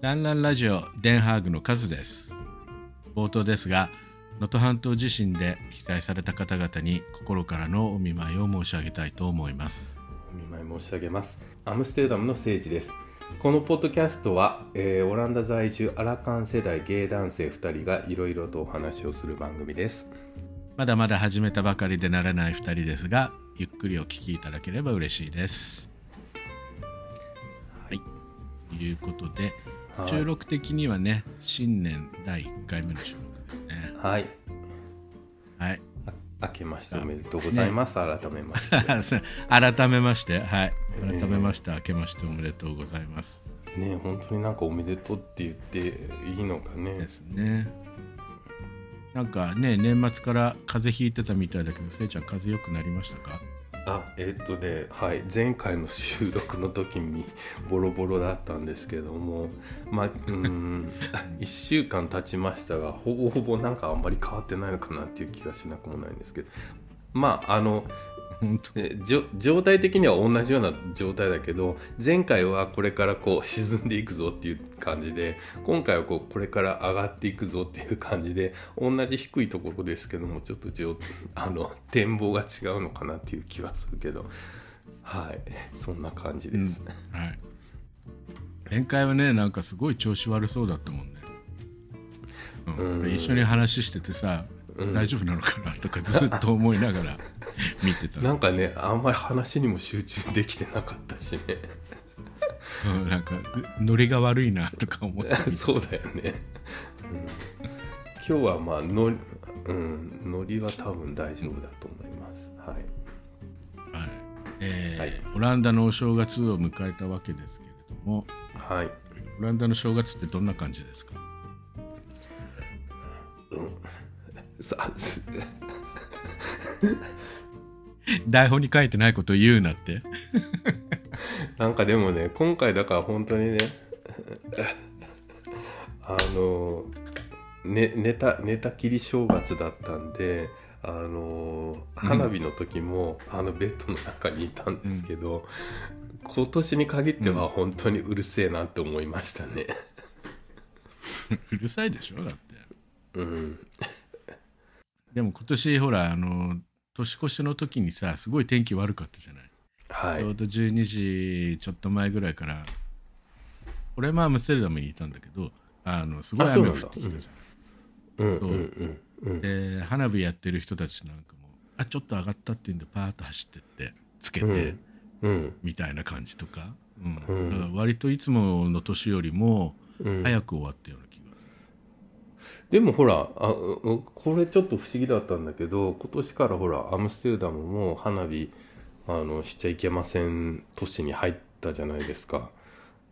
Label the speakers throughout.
Speaker 1: ランランラジオデンハーグのカズです冒頭ですが能登半島地震で被災された方々に心からのお見舞いを申し上げたいと思います
Speaker 2: お見舞い申し上げますアムステルダムの聖地ですこのポッドキャストは、えーオランダ在住アラカン世代ゲイ男性2人がいろいろとお話をする番組です
Speaker 1: まだまだ始めたばかりでならない2人ですがゆっくりお聞きいただければ嬉しいですはいということで
Speaker 2: はい
Speaker 1: 収録的にはね新年第1回目の収録ですね
Speaker 2: はい
Speaker 1: はい
Speaker 2: あ明けましておめでとうございます、改めまして
Speaker 1: 改めましてはい改めまして、明けましておめでとうございます
Speaker 2: ね本当になんかおめでとうって言っていいのか
Speaker 1: で
Speaker 2: ね
Speaker 1: すねなんかね年末から風邪ひいてたみたいだけどせいちゃん風邪良くなりましたか
Speaker 2: あえっとねはい前回の収録の時に ボロボロだったんですけどもまあうーん1 週間経ちましたがほぼほぼなんかあんまり変わってないのかなっていう気がしなくもないんですけどまああの
Speaker 1: 本 当
Speaker 2: えじょ状態的には同じような状態だけど前回はこれからこう沈んでいくぞっていう感じで今回はこうこれから上がっていくぞっていう感じで同じ低いところですけどもちょっとじょ あの展望が違うのかなっていう気はするけどはいそんな感じです、
Speaker 1: はい前回はねなんかすごい調子悪そうだったもんね、うん
Speaker 2: うん
Speaker 1: 一緒に話しててさ、
Speaker 2: うん
Speaker 1: 大丈夫なのかなとかずっと思いながら見てた
Speaker 2: な
Speaker 1: なん
Speaker 2: かねあんまり話にも集中できてなかったしね
Speaker 1: うんなんかうノリが悪いなとか思って
Speaker 2: そうだよね、うん今日はまあのり、うん、のりは多分大丈夫だと思います、はい
Speaker 1: はいえー
Speaker 2: はい
Speaker 1: オランダのお正月を迎えたわけですけれども
Speaker 2: はい、
Speaker 1: オランダの正月ってどんな感じですか
Speaker 2: さ す
Speaker 1: 台本に書いてないこと言うなって
Speaker 2: なんかでもね今回だから本当にね あのね寝た寝たきり正月だったんであの花火の時も、あのベッドの中にいたんですけど、今年に限っては本当にうるせえなって思いましたね。
Speaker 1: うるさいでしょだって
Speaker 2: うん、
Speaker 1: でも今年ほらあの年越しの時にさすごい天気悪かったじゃない
Speaker 2: はい
Speaker 1: ちょうど12時ちょっと前ぐらいから俺まあアムステルダムにいたんだけどあのすごい
Speaker 2: あそう
Speaker 1: 雨降
Speaker 2: なん
Speaker 1: っ
Speaker 2: だ
Speaker 1: てきたじゃん
Speaker 2: うんうんうんうん
Speaker 1: で花火やってる人たちなんかもあちょっと上がったっていうんでパーッと走ってってつけて、
Speaker 2: うんうん
Speaker 1: みたいな感じとか,、うん
Speaker 2: うん
Speaker 1: だから割といつもの年よりも
Speaker 2: うん
Speaker 1: 早く終わったような気がする、
Speaker 2: でもほらあううこれちょっと不思議だったんだけど今年からほらアムステルダムも花火あのしちゃいけません都市に入ったじゃないですか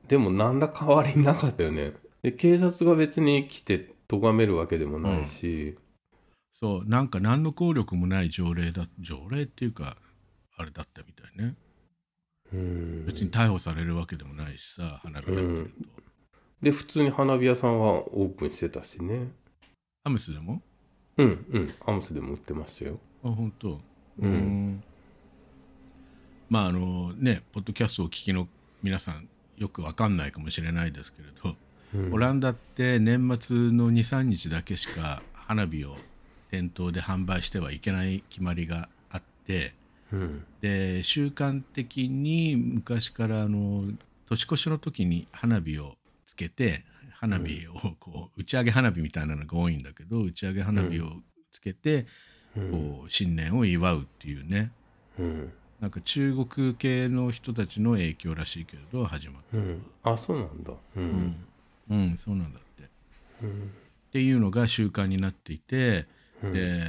Speaker 2: でも何ら変わりなかったよねで警察が別に来て咎めるわけでもないし、
Speaker 1: そうなんか何の効力もない条例だ条例っていうかあれだったみたいね
Speaker 2: うん
Speaker 1: 別に逮捕されるわけでもないしさ花火やってると、
Speaker 2: うんで普通に花火屋さんはオープンしてたしね
Speaker 1: アムスでも
Speaker 2: うんうんアムスでも売ってましたよ
Speaker 1: あ本当
Speaker 2: うん
Speaker 1: まああのねポッドキャストをお聞きの皆さんよくわかんないかもしれないですけれど、
Speaker 2: うん
Speaker 1: オランダって年末の23日だけしか花火を店頭で販売してはいけない決まりがあって
Speaker 2: うん
Speaker 1: で習慣的に昔からあの年越しの時に花火をつけて花火をこう打ち上げ花火みたいなのが多いんだけど打ち上げ花火をつけて
Speaker 2: うん
Speaker 1: こう新年を祝うっていうね
Speaker 2: うん
Speaker 1: なんか中国系の人たちの影響らしいけれど始まった、
Speaker 2: うんあそうなんだうん
Speaker 1: うん、そうなんだって。
Speaker 2: うん
Speaker 1: っていうのが習慣になっていて、で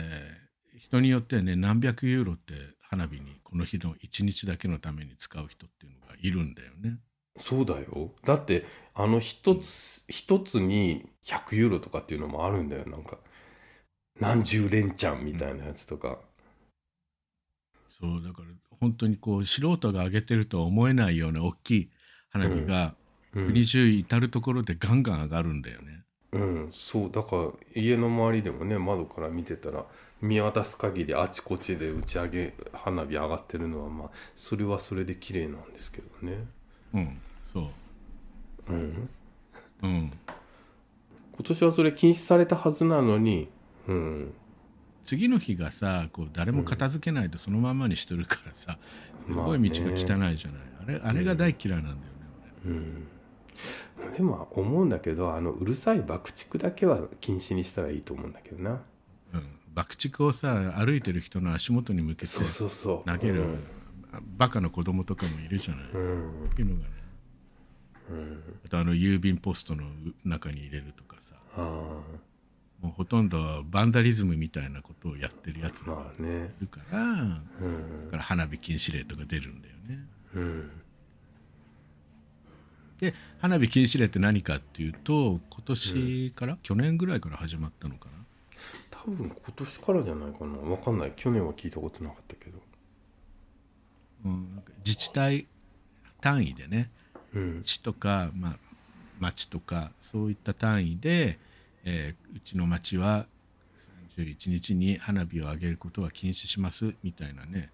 Speaker 1: 人によってはね何百ユーロって花火にこの日の1日だけのために使う人っていうのがいるんだよね。
Speaker 2: そうだよ。だって、あの、一つ、一つに100ユーロとかっていうのもあるんだよ。なんか、何十連チャンみたいなやつとか。
Speaker 1: そうだから本当にこう素人が上げてるとは思えないような大きい花火が
Speaker 2: うん、
Speaker 1: 国中至る所でガンガン上がるんだよね。
Speaker 2: うんそう、だから、家の周りでもね、窓から見てたら、見渡す限りあちこちで打ち上げ、花火上がってるのは、まあ、それはそれで綺麗なんですけどね。
Speaker 1: うん、そう
Speaker 2: うん。
Speaker 1: うん、
Speaker 2: 今年はそれ禁止されたはずなのに、うん、
Speaker 1: 次の日がさこう誰も片付けないとそのまんまにしてるからさ、すごい道が汚いじゃない、あれあれが大嫌いなんだよね、
Speaker 2: うん、でも思うんだけどあのうるさい爆竹だけは禁止にしたらいいと思うんだけどな
Speaker 1: 俺うん、爆竹をさ歩いてる人の足元に向けて
Speaker 2: そうそうそう
Speaker 1: 投げる、
Speaker 2: うん
Speaker 1: バカの子供とかもいるじゃない、っ
Speaker 2: うん
Speaker 1: ていうのがね
Speaker 2: うん、
Speaker 1: あとあの郵便ポストの中に入れるとかさ
Speaker 2: あ
Speaker 1: もうほとんどバンダリズムみたいなことをやってるやつ
Speaker 2: あ
Speaker 1: らが
Speaker 2: まあね
Speaker 1: いるから
Speaker 2: うん
Speaker 1: だから花火禁止令とか出るんだよね
Speaker 2: うん
Speaker 1: で花火禁止令って何かっていうと今年から、去年ぐらいから始まったのかな
Speaker 2: 多分今年からじゃないかなわかんない去年は聞いたことなかったけど
Speaker 1: うん、なんか自治体単位でね
Speaker 2: うん
Speaker 1: 市とか、まあ、町とかそういった単位で、えーうちの町は31日に花火を上げることは禁止しますみたいなね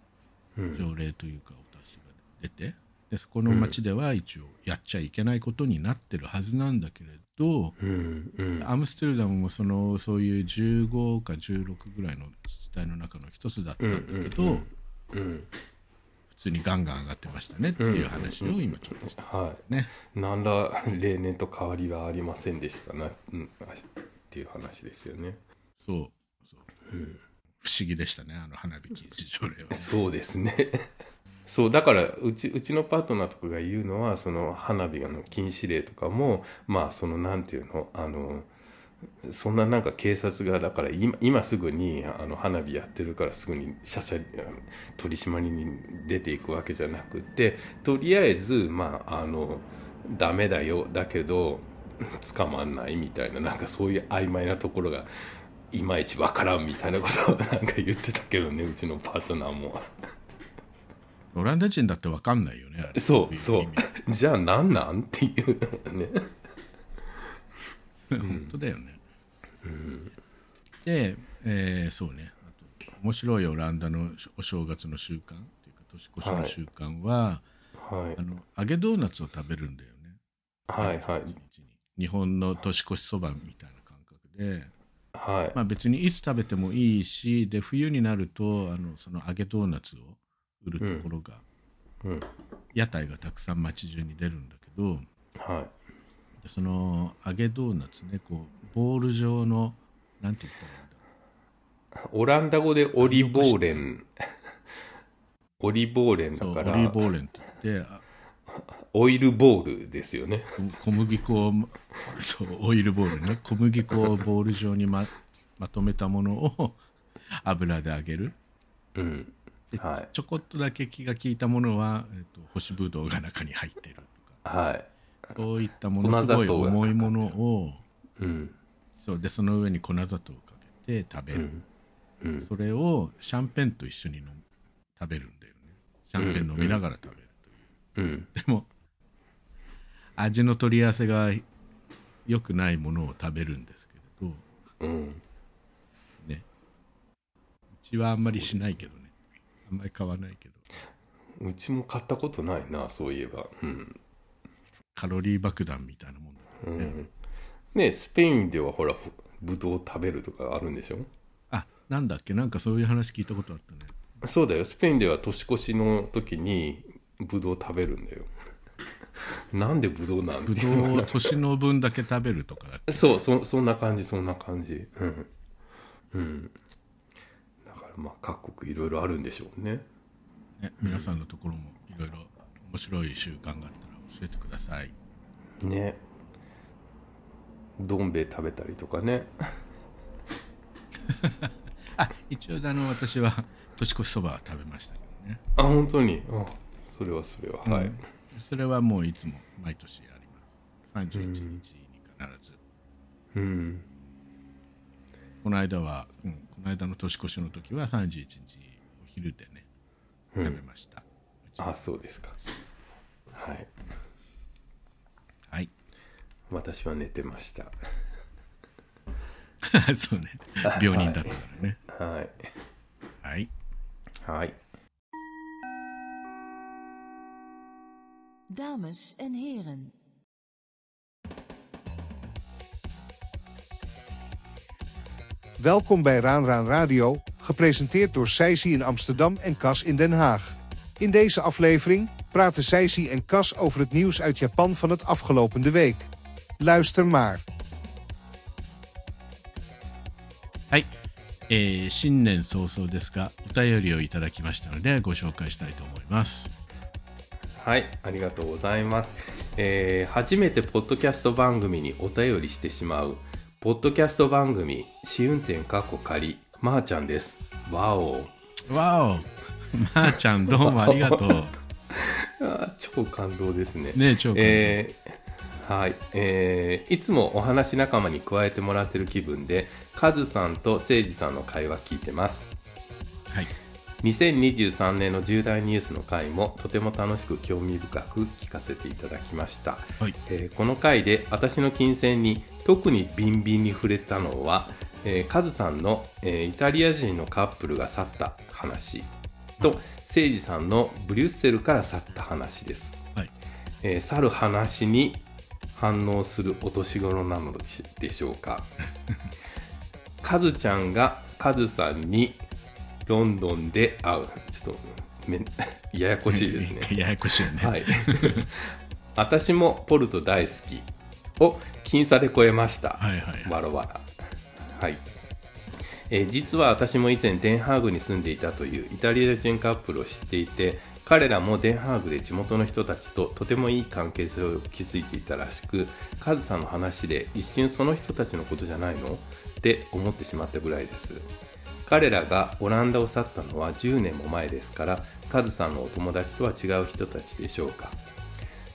Speaker 2: うん
Speaker 1: 条例というかお達しが出てでそこの町では一応やっちゃいけないことになってるはずなんだけれど、
Speaker 2: うんうん
Speaker 1: アムステルダムもそのそういう15か16ぐらいの自治体の中の一つだったんだけど、
Speaker 2: うんうんうん
Speaker 1: 普通にガンガン上がってましたねっていう話を今ちょっとした
Speaker 2: はい
Speaker 1: ね。
Speaker 2: 何ら例年と変わりはありませんでしたな、うん、あっていう話ですよね。
Speaker 1: そうそう、不思議でしたねあの花火禁止条例は、
Speaker 2: そうですね そうだからうちうちのパートナーとかが言うのはその花火の禁止令とかもまあそのなんていうのあのそんななんか警察がだから今今すぐにあの花火やってるからすぐにシャシャあの取り締まりに出ていくわけじゃなくてとりあえずまああのダメだよだけど捕まんないみたいななんかそういう曖昧なところがいまいちわからんみたいなことをなんか言ってたけどねうちのパートナーも
Speaker 1: オランダ人だって分かんないよねあれ
Speaker 2: そうそ
Speaker 1: 意味
Speaker 2: うじゃあなんなんっていうのね
Speaker 1: 本当だよね、で、えーそうねあと面白いオランダのお正月の習慣っていうか年越しの習慣は、
Speaker 2: はい
Speaker 1: あの揚げドーナツを食べるんだよね
Speaker 2: はいはい
Speaker 1: 一日に日本の年越しそばみたいな感覚で、
Speaker 2: はい、
Speaker 1: まあ、別にいつ食べてもいいしで冬になるとあのその揚げドーナツを売るところが、
Speaker 2: うん
Speaker 1: 屋台がたくさん街中に出るんだけど
Speaker 2: は
Speaker 1: でその揚げドーナツねこうボール状のなんて言ったらいいんだ
Speaker 2: いオランダ語でオリボーレ ンオリボーレンだ
Speaker 1: ろう
Speaker 2: か
Speaker 1: そうオリー
Speaker 2: ら
Speaker 1: ブオーレンって言ってあ
Speaker 2: オイルボールですよね
Speaker 1: こ小麦粉をそうオイルボールね小麦粉をボール状にま まとめたものを油で揚げる
Speaker 2: うんはい
Speaker 1: ちょこっとだけ気が利いたものは、えっと干しぶどうが中に入ってると
Speaker 2: はい
Speaker 1: かそういったもの
Speaker 2: 粉
Speaker 1: す
Speaker 2: 砂
Speaker 1: ご
Speaker 2: 糖
Speaker 1: い
Speaker 2: が
Speaker 1: 重いものを
Speaker 2: うん
Speaker 1: そうでその上に粉砂糖をかけて食べる、
Speaker 2: うん
Speaker 1: それをシャンペンと一緒に飲む食べるんだよねシャンペン飲みながら食べる、
Speaker 2: うん
Speaker 1: でも味の取り合わせが良くないものを食べるんですけれど
Speaker 2: うん
Speaker 1: ねうちはあんまりしないけどねあんまり買わないけど
Speaker 2: うちも買ったことないなそういえばうん
Speaker 1: カロリー爆弾みたいなもんだからね、
Speaker 2: ねスペインではほらぶぶどう食べるとかあるんでしょ
Speaker 1: あなんだっけなんかそういう話聞いたことあったね
Speaker 2: そうだよスペインでは年越しの時にぶどう食べるんだよなんでぶどうなん
Speaker 1: ぶ
Speaker 2: て
Speaker 1: ど
Speaker 2: いう
Speaker 1: うを年の分だけ食べるとかだっけ
Speaker 2: そうそそんな感じそんな感じうんうんだからまあ各国いろいろあるんでしょうね
Speaker 1: ね、皆さんのところもいろいろ面白い習慣があったら教えてください
Speaker 2: ねどん兵衛食べたりとかね
Speaker 1: あ一応あの私は 年越しそばは食べましたけどね
Speaker 2: あ本当にあそれはそれは、はい
Speaker 1: それはもういつも毎年あります31日に必ず、
Speaker 2: うん
Speaker 1: この間は、うん、この間の年越しの時は31日お昼でね食べました、
Speaker 2: あそうですかはい
Speaker 1: はい
Speaker 2: 私は寝てました
Speaker 1: そうね病人だったからね
Speaker 2: はい
Speaker 1: はい
Speaker 2: はい
Speaker 3: Dames en heren. Welkom bij Raan Raan Radio, gepresenteerd door Seisi in Amsterdam en Cas in Den Haag. In deze aflevering praten Seisi en Cas over het nieuws uit Japan van het afgelopen week. Luister maar.
Speaker 1: はい、えー新年早々ですがお便りをいただきましたのでご紹介したいと思います
Speaker 2: はい、ありがとうございます、えー初めてポッドキャスト番組にお便りしてしまう、ポッドキャスト番組、試運転かっこ仮、まー、ちゃんです。わお。
Speaker 1: わお まー、ちゃんどうもありがとう
Speaker 2: あー超感動ですね。
Speaker 1: ねえ超感動
Speaker 2: えーはい、えーいつもお話仲間に加えてもらってる気分で、カズさんとセイジさんの会話聞いてます。
Speaker 1: はい
Speaker 2: 2023年の重大ニュースの回もとても楽しく興味深く聞かせていただきました、
Speaker 1: はい
Speaker 2: えーこの回で私の金銭に特にビンビンに触れたのは、えーカズさんの、えーイタリア人のカップルが去った話と誠司さんのブリュッセルから去った話です、
Speaker 1: はい
Speaker 2: えー去る話に反応するお年頃なのでしでしょうかカズちゃんがカズさんにロンドンで会うちょっとめ ややこしいですね
Speaker 1: ややこしいよね、
Speaker 2: はい私もポルト大好きを僅差で超えました、
Speaker 1: はいはい
Speaker 2: わらわらはい、えー実は私も以前デンハーグに住んでいたというイタリア人カップルを知っていて彼らもデンハーグで地元の人たちととてもいい関係性を築いていたらしくカズさんの話で一瞬その人たちのことじゃないのって思ってしまったぐらいです彼らがオランダを去ったのは10年も前ですからカズさんのお友達とは違う人たちでしょうか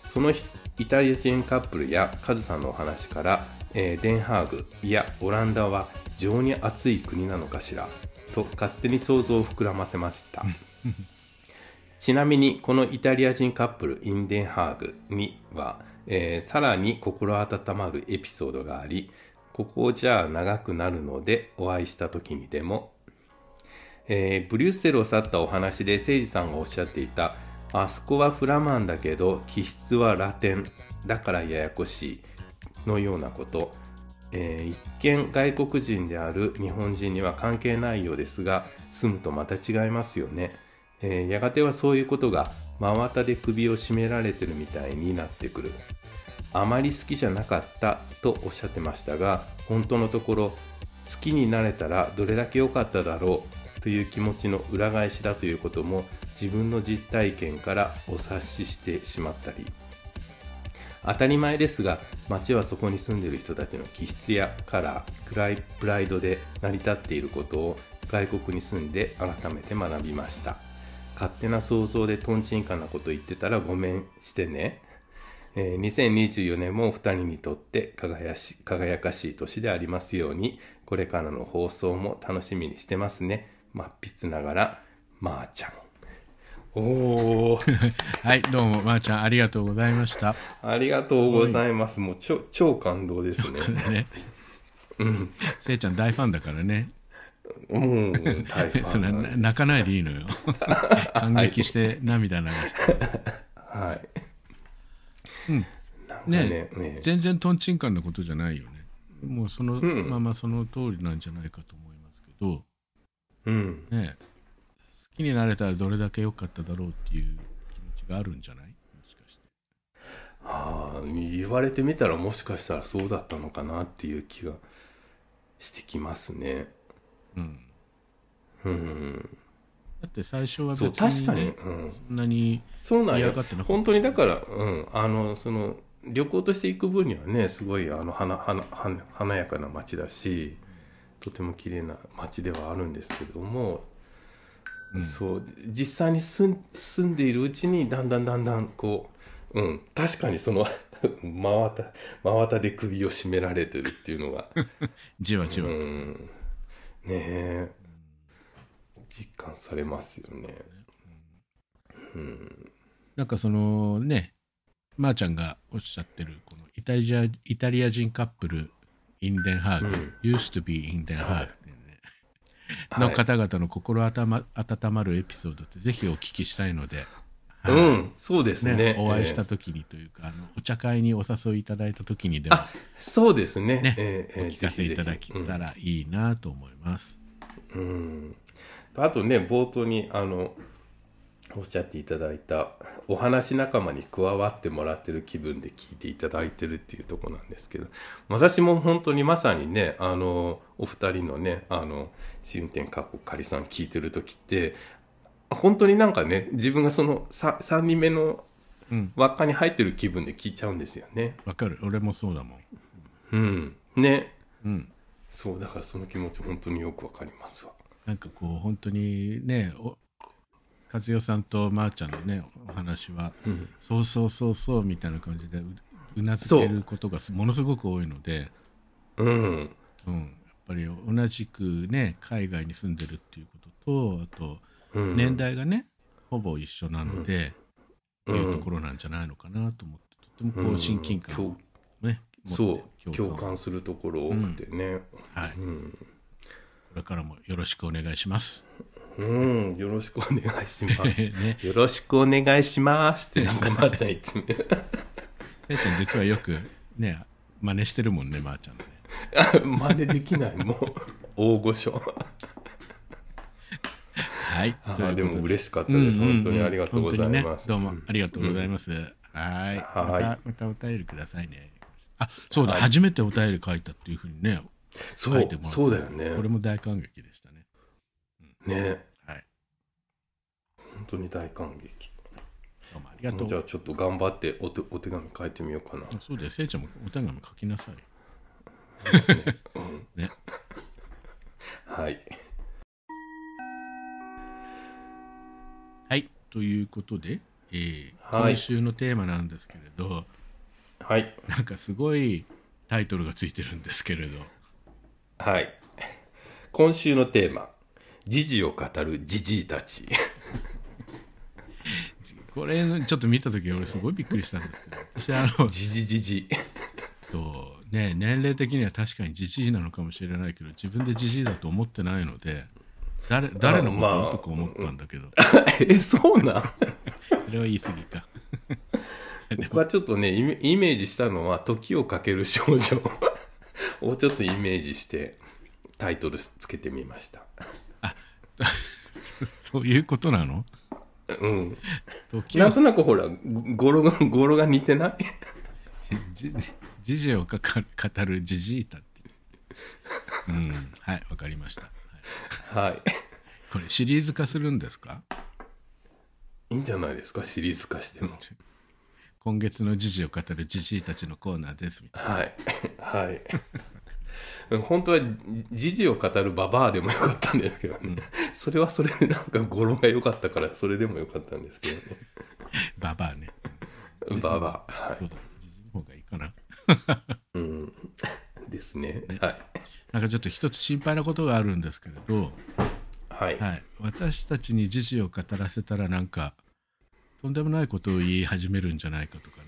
Speaker 2: その日イタリア人カップルやカズさんのお話から、えーデンハーグいやオランダは情に熱い国なのかしらと勝手に想像を膨らませましたちなみにこのイタリア人カップルインデンハーグには、えーさらに心温まるエピソードがありここじゃあ長くなるのでお会いした時にでもえーブリュッセルを去ったお話で誠司さんがおっしゃっていたあそこはフラマンだけど気質はラテンだからややこしいのようなこと、えー一見外国人である日本人には関係ないようですが住むとまた違いますよね、えーやがてはそういうことが真綿で首を絞められてるみたいになってくるあまり好きじゃなかったとおっしゃってましたが本当のところ好きになれたらどれだけ良かっただろうという気持ちの裏返しだということも自分の実体験からお察ししてしまったり当たり前ですが町はそこに住んでいる人たちの気質やカラー暗いプライドで成り立っていることを外国に住んで改めて学びました勝手な想像でとんちんかなこと言ってたらごめんしてねえー2024年もお二人にとって輝し輝かしい年でありますようにこれからの放送も楽しみにしてますねまっぴつながらまー、ちゃんお ー
Speaker 1: はいどうもまー、ちゃんありがとうございました
Speaker 2: ありがとうございますもうちょ超感動ですね
Speaker 1: ねせいちゃん大ファンだからね
Speaker 2: うん大フ
Speaker 1: そ
Speaker 2: ァ
Speaker 1: れは
Speaker 2: ンなん
Speaker 1: な
Speaker 2: で
Speaker 1: 泣かないでいい のよ感激して涙流して
Speaker 2: はい、なんかね
Speaker 1: ね
Speaker 2: ね
Speaker 1: 全然とんちんかんなことじゃないよねもうそのままその通りなんじゃないかと思いますけど、
Speaker 2: うん
Speaker 1: ねえ好きになれたらどれだけ良かっただろうっていう気持ちがあるんじゃないもしかして
Speaker 2: あー言われてみたらもしかしたらそうだったのかなっていう気がしてきますね
Speaker 1: うん
Speaker 2: うん
Speaker 1: だって最初は別
Speaker 2: そう
Speaker 1: に、ね、
Speaker 2: 確かに、うん、
Speaker 1: そんなに
Speaker 2: そうなん
Speaker 1: 嫌
Speaker 2: よ
Speaker 1: がってなかった
Speaker 2: 本当にだから、うん、あのその旅行として行く分にはねすごいあの華華華華やかな街だしとても綺麗な街ではあるんですけども、
Speaker 1: うん
Speaker 2: そう実際に住ん住んでいるうちにだんだんだんだんこう、うん、確かにその 真綿真綿で首を絞められてるっていうの が、
Speaker 1: じわじ
Speaker 2: う
Speaker 1: わ、
Speaker 2: ん、ねえ実感されますよね。うん
Speaker 1: なんかそのねまー、ちゃんがおっしゃってるこのイタリアイタリア人カップルインデンハーグ、used to be インデンハーグ、の方々の心温ま温まるエピソードってぜひお聞きしたいので、
Speaker 2: うん、そうですね。
Speaker 1: ね、お会いし
Speaker 2: え
Speaker 1: た
Speaker 2: え
Speaker 1: 時にというか、あのお茶会にお誘いいただいた時にでも
Speaker 2: あ、そうですね。
Speaker 1: ね
Speaker 2: え
Speaker 1: お
Speaker 2: えええ
Speaker 1: 聞かせいただけ
Speaker 2: ぜひぜ
Speaker 1: たらいいなと思います。
Speaker 2: ひうんうんあとね、冒頭に、あの、おっしゃっていただいた、お話仲間に加わってもらってる気分で聞いていただいてるっていうところなんですけど、私も本当にまさにね、あの、お二人のね、あの、試運転かっこ仮さん聞いてる時って、本当になんかね、自分がその 3, 三人目の
Speaker 1: うん
Speaker 2: 輪っかに入ってる気分で聞いちゃうんですよね。
Speaker 1: わかる俺もそうだもん。
Speaker 2: うん。ね。
Speaker 1: うん、
Speaker 2: そう、だからその気持ち本当によくわかりますわ。
Speaker 1: なんかこう本当にねお和代さんとまーちゃんのねお話は、
Speaker 2: うん
Speaker 1: そうそうそうそうみたいな感じでううなずけることがすものすごく多いので、
Speaker 2: うん。
Speaker 1: うん、やっぱり同じくね海外に住んでるっていうこととあと
Speaker 2: うん、
Speaker 1: 年代がね、ほぼ一緒なので、
Speaker 2: うん
Speaker 1: いうところなんじゃないのかなと思ってとてもこう親近感をね、持って
Speaker 2: そう共感するところ多くてね、
Speaker 1: はい、こ
Speaker 2: うん
Speaker 1: れからもよろしくお願いします。
Speaker 2: うんよろしくお願いしま す
Speaker 1: ね、
Speaker 2: よろしくお願いしますってなんかまーちゃんいつも
Speaker 1: てっちゃん実はよくね真似してるもんねまー、ちゃんのね。
Speaker 2: 真似できないもう大御所
Speaker 1: はい、
Speaker 2: あ
Speaker 1: ということ
Speaker 2: ーでも嬉しかったです、本当にありがとうございます、
Speaker 1: 本当にねどうもありがとうございます。はい
Speaker 2: はい
Speaker 1: またまたお便りくださいね。あそうだ、初めてお便り書いたっていうふうにね
Speaker 2: そ
Speaker 1: 書
Speaker 2: う
Speaker 1: いてもらった
Speaker 2: そうだよね
Speaker 1: これも大感激でしたね。
Speaker 2: ね
Speaker 1: はい
Speaker 2: 本当に大感激
Speaker 1: どうもありがとう
Speaker 2: じゃあちょっと頑張ってお手お手紙書いてみようかな
Speaker 1: そうだよ、せいちゃんもお手紙書きなさい。ね
Speaker 2: はい
Speaker 1: はい、ということで、えー
Speaker 2: はい
Speaker 1: 今週のテーマなんですけれど、
Speaker 2: はい
Speaker 1: なんかすごいタイトルがついてるんですけれど、
Speaker 2: はい。今週のテーマ、時事を語るじじいたち。
Speaker 1: これちょっと見た時俺すごいびっくりしたんですけど、私あの、
Speaker 2: じじじじ。
Speaker 1: そうね、年齢的には確かにじじいなのかもしれないけど、自分でじじいだと思ってないので、誰誰のこ
Speaker 2: ま
Speaker 1: と
Speaker 2: あ
Speaker 1: とか思ったんだけど、
Speaker 2: え、そうなん
Speaker 1: それは言い過ぎか。
Speaker 2: 僕はちょっとね、イメイメージしたのは、時をかける少女 をちょっとイメージして、タイトルつけてみました。
Speaker 1: そういうことなの
Speaker 2: うん。
Speaker 1: 時
Speaker 2: なん
Speaker 1: を
Speaker 2: となくほら、語呂が、語呂が似てない
Speaker 1: じじじをかか語るじじいたって。うん、はい、わかりました。はい
Speaker 2: はい。
Speaker 1: これシリーズ化するんですか
Speaker 2: いいんじゃないですかシリーズ化しても。
Speaker 1: 今月の時事を語るじじいたちのコーナーですみたい
Speaker 2: はい。 はい。本当は、時事を語るババアでもよかったんですけどね。それはそれでなんか語呂が良かったから、それでもよかったんですけど
Speaker 1: な。ババアね。
Speaker 2: ね。 ババア。は
Speaker 1: そうだ、じじいの方がいいかな。
Speaker 2: い。うん。ですね。はい。
Speaker 1: なんかちょっと一つ心配なことがあるんですけれど、
Speaker 2: はい。
Speaker 1: はい、私たちに時事を語らせたらなんかとんでもないことを言い始めるんじゃないかとかね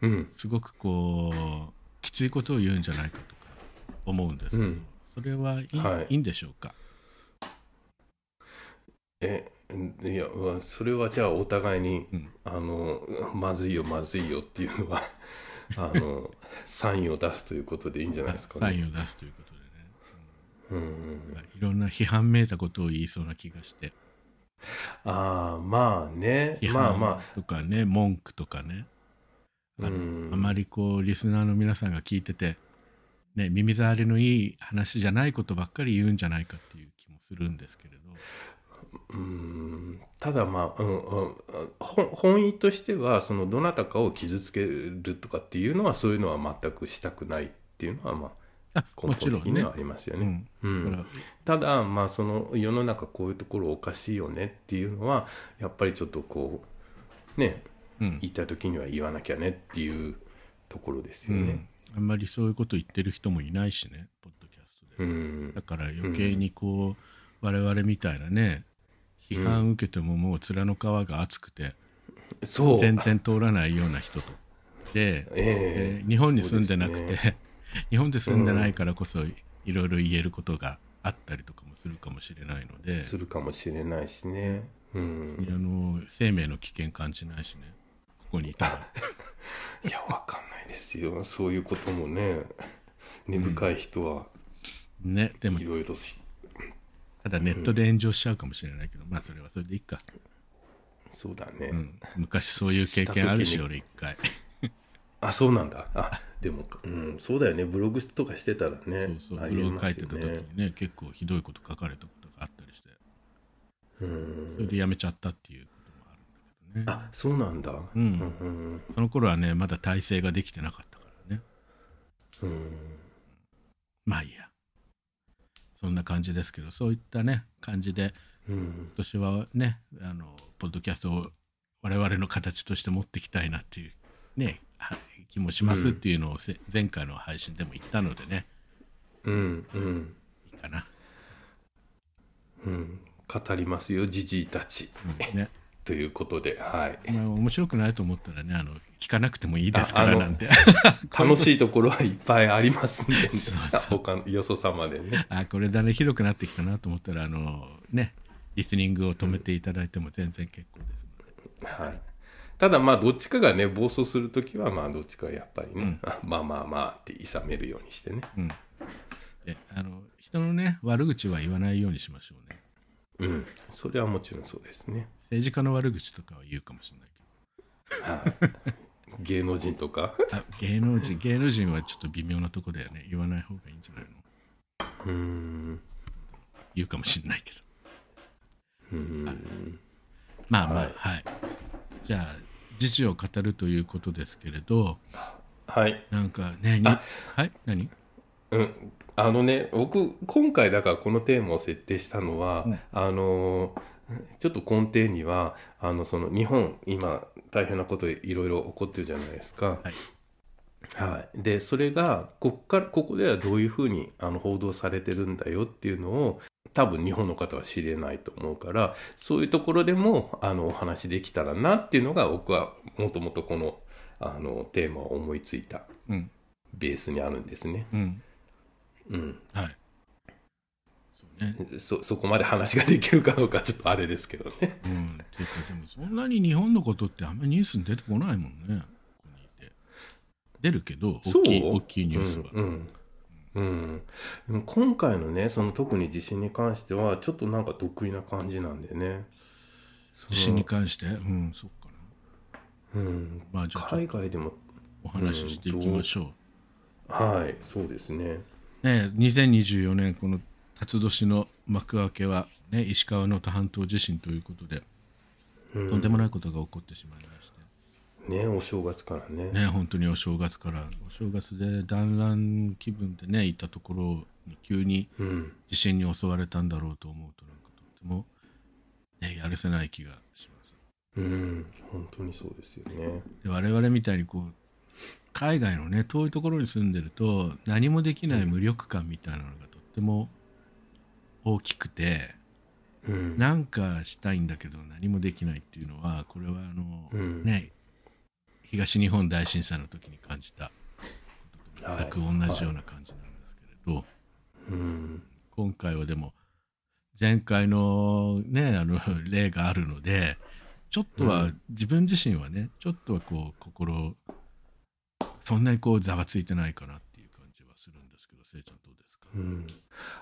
Speaker 2: うん。
Speaker 1: すごくこうきついことを言うんじゃないかとか思うんですけど、
Speaker 2: うん
Speaker 1: それはいい,、
Speaker 2: はい
Speaker 1: い、いんでしょうか
Speaker 2: え、いや、うわそれはじゃあお互いに、
Speaker 1: うん
Speaker 2: あの、まずいよ、まずいよっていうのは、 あの、サインを出すということでいいんじゃないですかね。
Speaker 1: サインを出すということでね
Speaker 2: うん。
Speaker 1: なんかいろんな批判めいたことを言いそうな気がして
Speaker 2: ああ、まあね。
Speaker 1: 批
Speaker 2: まあま
Speaker 1: 判とかね、文句とかね
Speaker 2: あ。うん
Speaker 1: あまりこうリスナーの皆さんが聞いてて、ね、耳障りのいい話じゃないことばっかり言うんじゃないかっていう気もするんですけれど。
Speaker 2: うーんただまあ、うんうん、ほん本意としてはそのどなたかを傷つけるとかっていうのはそういうのは全くしたくないっていうのはま
Speaker 1: あ
Speaker 2: あ根
Speaker 1: も
Speaker 2: 本
Speaker 1: ちろ
Speaker 2: 的
Speaker 1: ん
Speaker 2: に
Speaker 1: ね
Speaker 2: はありますよ
Speaker 1: う
Speaker 2: ね。
Speaker 1: ん
Speaker 2: う
Speaker 1: だ
Speaker 2: ん
Speaker 1: から
Speaker 2: ただまあその世の中こういうところおかしいよねっていうのはやっぱりちょっとこうね
Speaker 1: うん
Speaker 2: 言いたい時には言わなきゃねっていうところです
Speaker 1: う
Speaker 2: よ
Speaker 1: ん
Speaker 2: ね。
Speaker 1: あんまりそういうこと言ってる人もいないしねポッドキャストで
Speaker 2: うん、
Speaker 1: だから余計にこう、我々みたいなね批判受けてももう面の皮が厚くて、
Speaker 2: そう
Speaker 1: 全然通らないような人とで、
Speaker 2: え
Speaker 1: え
Speaker 2: え
Speaker 1: ー日本に住んでなく
Speaker 2: そう
Speaker 1: て、
Speaker 2: です
Speaker 1: 日本で住んでないからこそいろいろ言えることがあったりとかもするかもしれないので、
Speaker 2: するかもしれないしね。うん。
Speaker 1: あの生命の危険感じないしねここにいた ら
Speaker 2: いや、わかんないですよ。そういうこともね、根深い人は
Speaker 1: ねでも
Speaker 2: いろいろし、
Speaker 1: ただネットで炎上しちゃうかもしれないけどまあそれはそれでいいか、
Speaker 2: そうだね。
Speaker 1: うん、昔そういう経験ある
Speaker 2: し
Speaker 1: した俺一回
Speaker 2: あ、そうなんだ。あ、でも、うん、そうだよね。ブログとかしてたらね。
Speaker 1: そうそう
Speaker 2: あ
Speaker 1: ブ
Speaker 2: りえ
Speaker 1: ログ書
Speaker 2: ま
Speaker 1: い
Speaker 2: す
Speaker 1: てた
Speaker 2: よ
Speaker 1: 時
Speaker 2: ね。
Speaker 1: にね結構ひどいこと書かれたことがあったりして
Speaker 2: うん。
Speaker 1: それでやめちゃったっていうこともあるんだけどね
Speaker 2: あ、そうなんだ。うんうん。
Speaker 1: その頃はねまだ体制ができてなかったからね
Speaker 2: うん。
Speaker 1: まあいいやそんな感じですけどそういったね感じで
Speaker 2: うん。
Speaker 1: 今年はねあのポッドキャストを我々の形として持っていきたいなっていうねは気もしますっていうのをせ、前回の配信でも言ったのでね
Speaker 2: うん。うん。
Speaker 1: いいかな、
Speaker 2: うん。語りますよ、じじいたち。
Speaker 1: うんね
Speaker 2: ということで、はい。
Speaker 1: まあ、面白くないと思ったらねあの聞かなくてもいいですか
Speaker 2: ああ
Speaker 1: ら
Speaker 2: の
Speaker 1: なんて
Speaker 2: 楽しいところはいっぱいありますね。
Speaker 1: そうそう
Speaker 2: 他のよそ様でね。
Speaker 1: あこれだねひどくなってきたなと思ったらあのねリスニングを止めていただいても全然結構ですので、
Speaker 2: はい。ただまあどっちかがね暴走するときはまあどっちかやっぱりね、あまあまあまあっていさめるようにしてね
Speaker 1: うん、であの人のね悪口は言わないようにしましょうね
Speaker 2: うんそれはもちろんそうですね
Speaker 1: 政治家の悪口とかは言うかもしれないけど
Speaker 2: 芸能人とか
Speaker 1: あ芸能人芸能人はちょっと微妙なとこだよね言わない方がいいんじゃないの
Speaker 2: うーん
Speaker 1: 言うかもしれないけど
Speaker 2: うーん
Speaker 1: まあまあは
Speaker 2: はいい、
Speaker 1: じゃあ時事を語るということですけれど
Speaker 2: はい
Speaker 1: なんかねに
Speaker 2: あ
Speaker 1: はい何
Speaker 2: うんあのね僕今回だからこのテーマを設定したのは、
Speaker 1: うん
Speaker 2: あのーちょっと根底にはあのその日本今大変なこといろいろ起こってるじゃないですか、
Speaker 1: はい
Speaker 2: はい、でそれがここからここではどういうふうにあの報道されてるんだよっていうのを多分日本の方は知れないと思うからそういうところでもあのお話できたらなっていうのが僕はもともとこのあのテーマを思いついた
Speaker 1: うん
Speaker 2: ベースにあるんですね。
Speaker 1: うん
Speaker 2: うん、
Speaker 1: はいそうね
Speaker 2: そそこまで話ができるかどうかちょっとあれですけどね。
Speaker 1: うんていうかでもそんなに日本のことってあんまりニュースに出てこないもんねここにいて出るけど 大きい
Speaker 2: そう
Speaker 1: 大きいニュースは、
Speaker 2: うんうんうんでも今回のねその特に地震に関してはちょっとなんか得意な感じなんでねその
Speaker 1: 地震に関してうんそっかな
Speaker 2: うん
Speaker 1: まあじゃあちょっ
Speaker 2: 海
Speaker 1: と
Speaker 2: 外でも
Speaker 1: お話ししていきましょう、
Speaker 2: はいそうですね
Speaker 1: ね、2024年この辰年の幕開けは、ね、石川能登半島地震ということで、
Speaker 2: うん
Speaker 1: とんでもないことが起こってしまいまして
Speaker 2: ねお正月からね
Speaker 1: ね本当にお正月からお正月で団らん気分でねいたところに急に
Speaker 2: うん
Speaker 1: 地震に襲われたんだろうと思うとなんかとっても、ね、やるせない気がします
Speaker 2: うん本当にそうですよね
Speaker 1: で我々みたいにこう海外のね遠いところに住んでると何もできない無力感みたいなのがとっても大きくて。
Speaker 2: うん
Speaker 1: なんかしたいんだけど何もできないっていうのはこれはあの、
Speaker 2: うん
Speaker 1: ね東日本大震災の時に感じた
Speaker 2: は
Speaker 1: 全
Speaker 2: い
Speaker 1: く同じような感じなんですけれど、
Speaker 2: うん
Speaker 1: 今回はでも前回のね あの例があるのでちょっとは、
Speaker 2: う
Speaker 1: 自分自身はねちょっとはこう心そんなにこうざわついてないかなっていう感じはするんですけどせいちゃんどうですか
Speaker 2: うん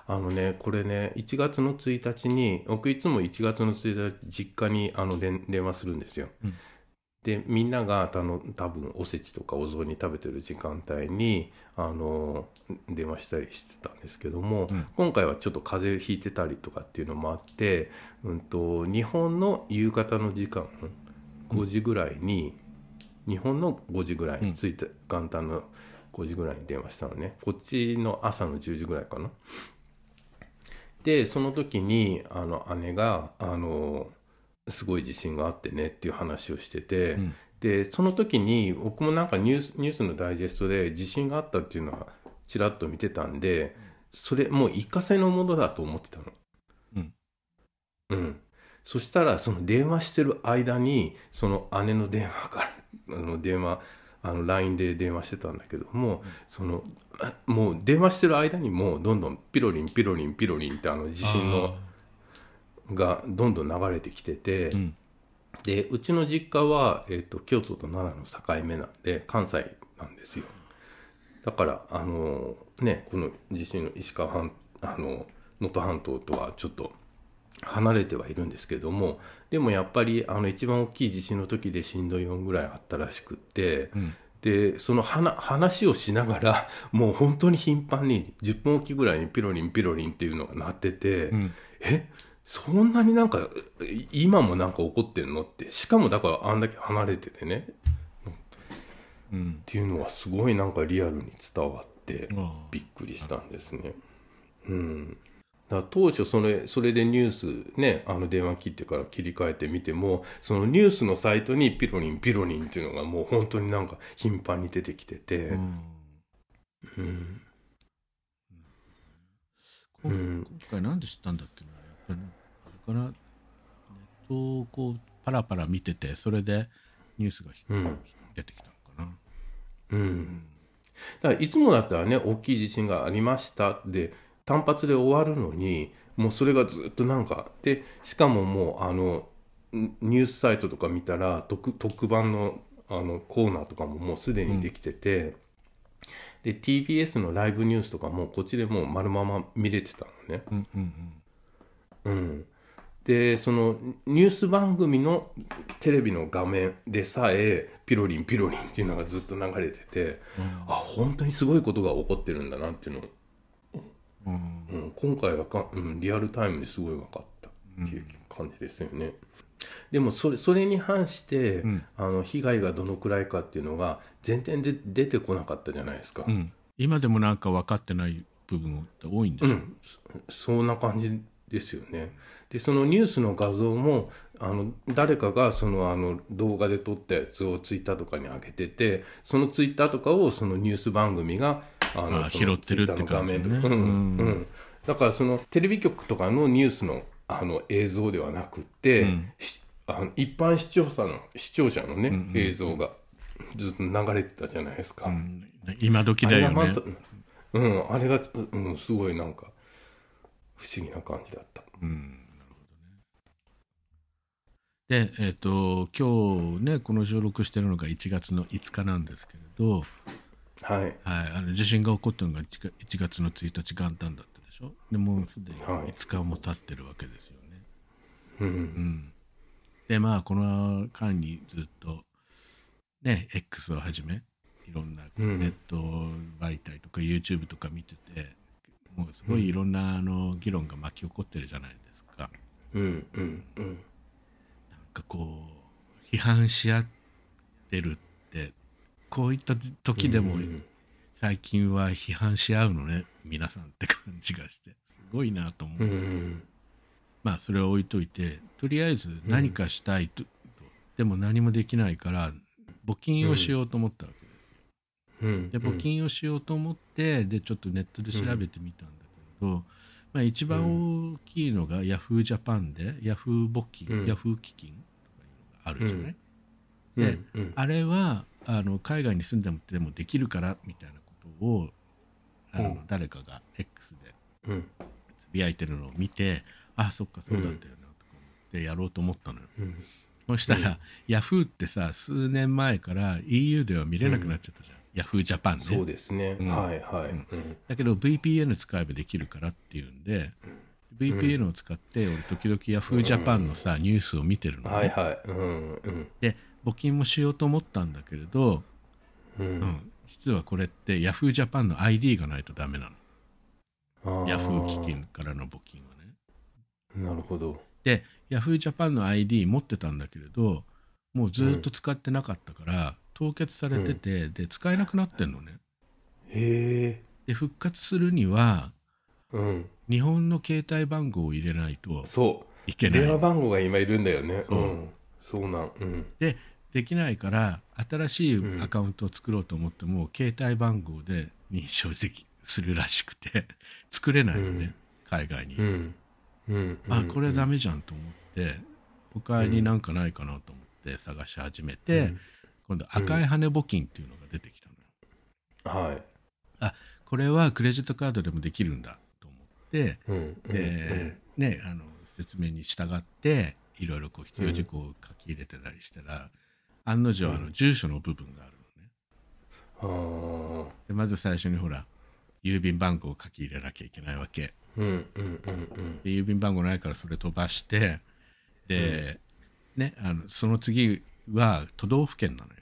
Speaker 2: あのね、これね、1月の1日に、僕いつも1月の1日、実家にあの連電話するんですよ。
Speaker 1: うん
Speaker 2: で、みんながあの多分おせちとかお雑煮食べてる時間帯に、あの、電話したりしてたんですけども、
Speaker 1: うん
Speaker 2: 今回はちょっと風邪ひいてたりとかっていうのもあって、うんと、日本の夕方の時間、5時ぐらいに、日本の5時ぐらいに着いた、元旦の5時ぐらいに電話したのねこっちの朝の10時ぐらいかなでその時にあの姉があのすごい地震があってねっていう話をしてて、
Speaker 1: ん
Speaker 2: でその時に僕もなんかニュースニュースのダイジェストで地震があったっていうのはちらっと見てたんでそれもう一過性のものだと思ってたの
Speaker 1: うん
Speaker 2: うんそしたらその電話してる間にその姉の電話からあの電話あの LINE で電話してたんだけども、そのあもう電話してる間にもうどんどんピロリンピロリンピロリンってあの地震のがどんどん流れてきてて、
Speaker 1: ん
Speaker 2: でうちの実家は、えっと京都と奈良の境目なんで関西なんですよだからあのねこの地震の石川半あの能登半島とはちょっと離れてはいるんですけどもでもやっぱりあの一番大きい地震の時で震度4ぐらいあったらしくって、でその話話をしながらもう本当に頻繁に10分おきぐらいにピロリンピロリンっていうのが鳴ってて、えそんなになんかい今もなんか起こってんのってしかもだからあんだけ離れててねっていうのはすごいなんかリアルに伝わって
Speaker 1: あ
Speaker 2: びっくりしたんですね。うん、だから当初それそれでニュースねあの電話切ってから切り替えてみてもそのニュースのサイトにピロリンピロリンっていうのがもう本当になんか頻繁に出てきてて、
Speaker 1: あうん
Speaker 2: うん
Speaker 1: こ
Speaker 2: うん
Speaker 1: 今回なんで知ったんだっけなやっぱりあれかなネットをこうパラパラ見ててそれでニュースがひ
Speaker 2: うん
Speaker 1: 出てきたのかな
Speaker 2: うん、だからいつもだったらね大きい地震がありましたで単発で終わるのにもうそれがずっとなんかでしかももうあのんニュースサイトとか見たら特特番のあのコーナーとかももうすでにできてて、で TBS のライブニュースとかもこっちでもう丸まま見れてたのね。
Speaker 1: うんうん
Speaker 2: うん、でそのニュース番組のテレビの画面でさえピロリンピロリンっていうのがずっと流れてて、あ本当にすごいことが起こってるんだなっていうのを、
Speaker 1: うんうん
Speaker 2: うん、今回はか、うん、リアルタイムですごい分かったっていう感じですよね。でもそれそれに反して、
Speaker 1: ん
Speaker 2: あの被害がどのくらいかっていうのが全然で出てこなかったじゃないですか。
Speaker 1: うん今でもなんか分かってない部分って多いんで
Speaker 2: う
Speaker 1: すよ、
Speaker 2: ん、そそんな感じですよね。でそのニュースの画像もあの誰かがそのあの動画で撮ったやつをツイッターとかに上げててそのツイッターとかをそのニュース番組があの
Speaker 1: あ
Speaker 2: その
Speaker 1: 拾ってるって感じね
Speaker 2: Twitter の画面とかうん
Speaker 1: う
Speaker 2: うんんだからそのテレビ局とかのニュースのあの映像ではなくって、
Speaker 1: うん
Speaker 2: しあの一般視聴者の視聴者のね、映像がずっと流れてたじゃないですか。
Speaker 1: うん今時だよ
Speaker 2: あ
Speaker 1: ね
Speaker 2: れがまたうん、あれが、うん、すごいなんか、不思議な感じだった。
Speaker 1: うんで、えっと今日ねこの収録してるのが1月の5日なんですけれど、
Speaker 2: はい。
Speaker 1: はい、あの地震が起こったのが 1, 月の1日元旦だったでしょでもうすでに
Speaker 2: はい
Speaker 1: 5日も経ってるわけですよね。
Speaker 2: う。
Speaker 1: うんん、でまあこの間にずっとね X をはじめいろんな
Speaker 2: うん
Speaker 1: ネット媒体とか YouTube とか見ててもうすごいいろんなあの議論が巻き起こってるじゃないですか。
Speaker 2: うん、うん、うん。
Speaker 1: なんかこう批判し合ってるってこういった時でも
Speaker 2: うん
Speaker 1: 最近は批判し合うのね皆さんって感じがしてすごいなと思う、
Speaker 2: うん、
Speaker 1: まあそれは置いといてとりあえず何かしたいと、でも何もできないから募金をしようと思ったわけです、
Speaker 2: うん。
Speaker 1: で募金をしようと思ってでちょっとネットで調べてみたんだけれど、まあ、一番大きいのが YahooJapan で Yahoo 募金、
Speaker 2: うん
Speaker 1: Yahoo 基金とかいうのがあるじゃない、
Speaker 2: うん
Speaker 1: で
Speaker 2: うん、うん。
Speaker 1: あれはあの海外に住んでもでもできるからみたいなことをあの、
Speaker 2: うん
Speaker 1: 誰かが X で
Speaker 2: うん、
Speaker 1: つぶやいてるのを見てあそっかそうだったよなとか思ってやろうと思ったのよ、
Speaker 2: うん。
Speaker 1: そしたら、ヤフーってさ数年前から EU では見れなくなっちゃったじゃん、ヤフージャパンね
Speaker 2: そうですね。
Speaker 1: うん
Speaker 2: はい、はい。
Speaker 1: うん
Speaker 2: うん
Speaker 1: だけど VPN 使えばできるからっていうんで VPN を使って俺時々ヤフージャパンのさ、ニュースを見てるのね、
Speaker 2: はい、はい。うん、うん、
Speaker 1: で募金もしようと思ったんだけれど
Speaker 2: う。
Speaker 1: うんん、実はこれって Yahoo Japan の ID がないとダメな
Speaker 2: あ
Speaker 1: の
Speaker 2: ー
Speaker 1: Yahoo 基金からの募金はね
Speaker 2: なるほど。
Speaker 1: で Yahoo Japan の ID 持ってたんだけれどもうずーっと使ってなかったから、凍結されてて、で使えなくなってんのね
Speaker 2: へえ。
Speaker 1: で復活するには
Speaker 2: うん。
Speaker 1: 日本の携帯番号を入れないと
Speaker 2: そ。
Speaker 1: いうけな
Speaker 2: 電話
Speaker 1: い
Speaker 2: 番号が今いるんだよね。
Speaker 1: そう
Speaker 2: うん。そうなん。うん。
Speaker 1: でできないから新しい
Speaker 2: うん
Speaker 1: アカウントを作ろうと思っても、携帯番号で認証できするらしくて作れないのね、
Speaker 2: うん
Speaker 1: 海外に。
Speaker 2: うん。うん。
Speaker 1: あ
Speaker 2: うん
Speaker 1: これダメじゃんと思って他になんかないかなと思って探し始めて、
Speaker 2: うん
Speaker 1: 今度赤い羽募金っていうのが出てきたのよ
Speaker 2: は
Speaker 1: これはクレジットカードでもできるんだと思って、
Speaker 2: い。うん。うん
Speaker 1: でねあの説明に従っていろいろこう必要事項を書き入れてたりしたら、案の定あの住所の部分があるのね
Speaker 2: あー
Speaker 1: でまず最初にほら郵便番号を書き入れなきゃいけないわけ
Speaker 2: うんうんうん
Speaker 1: で郵便番号ないからそれ飛ばしてで、ね、あのその次は都道府県なのよ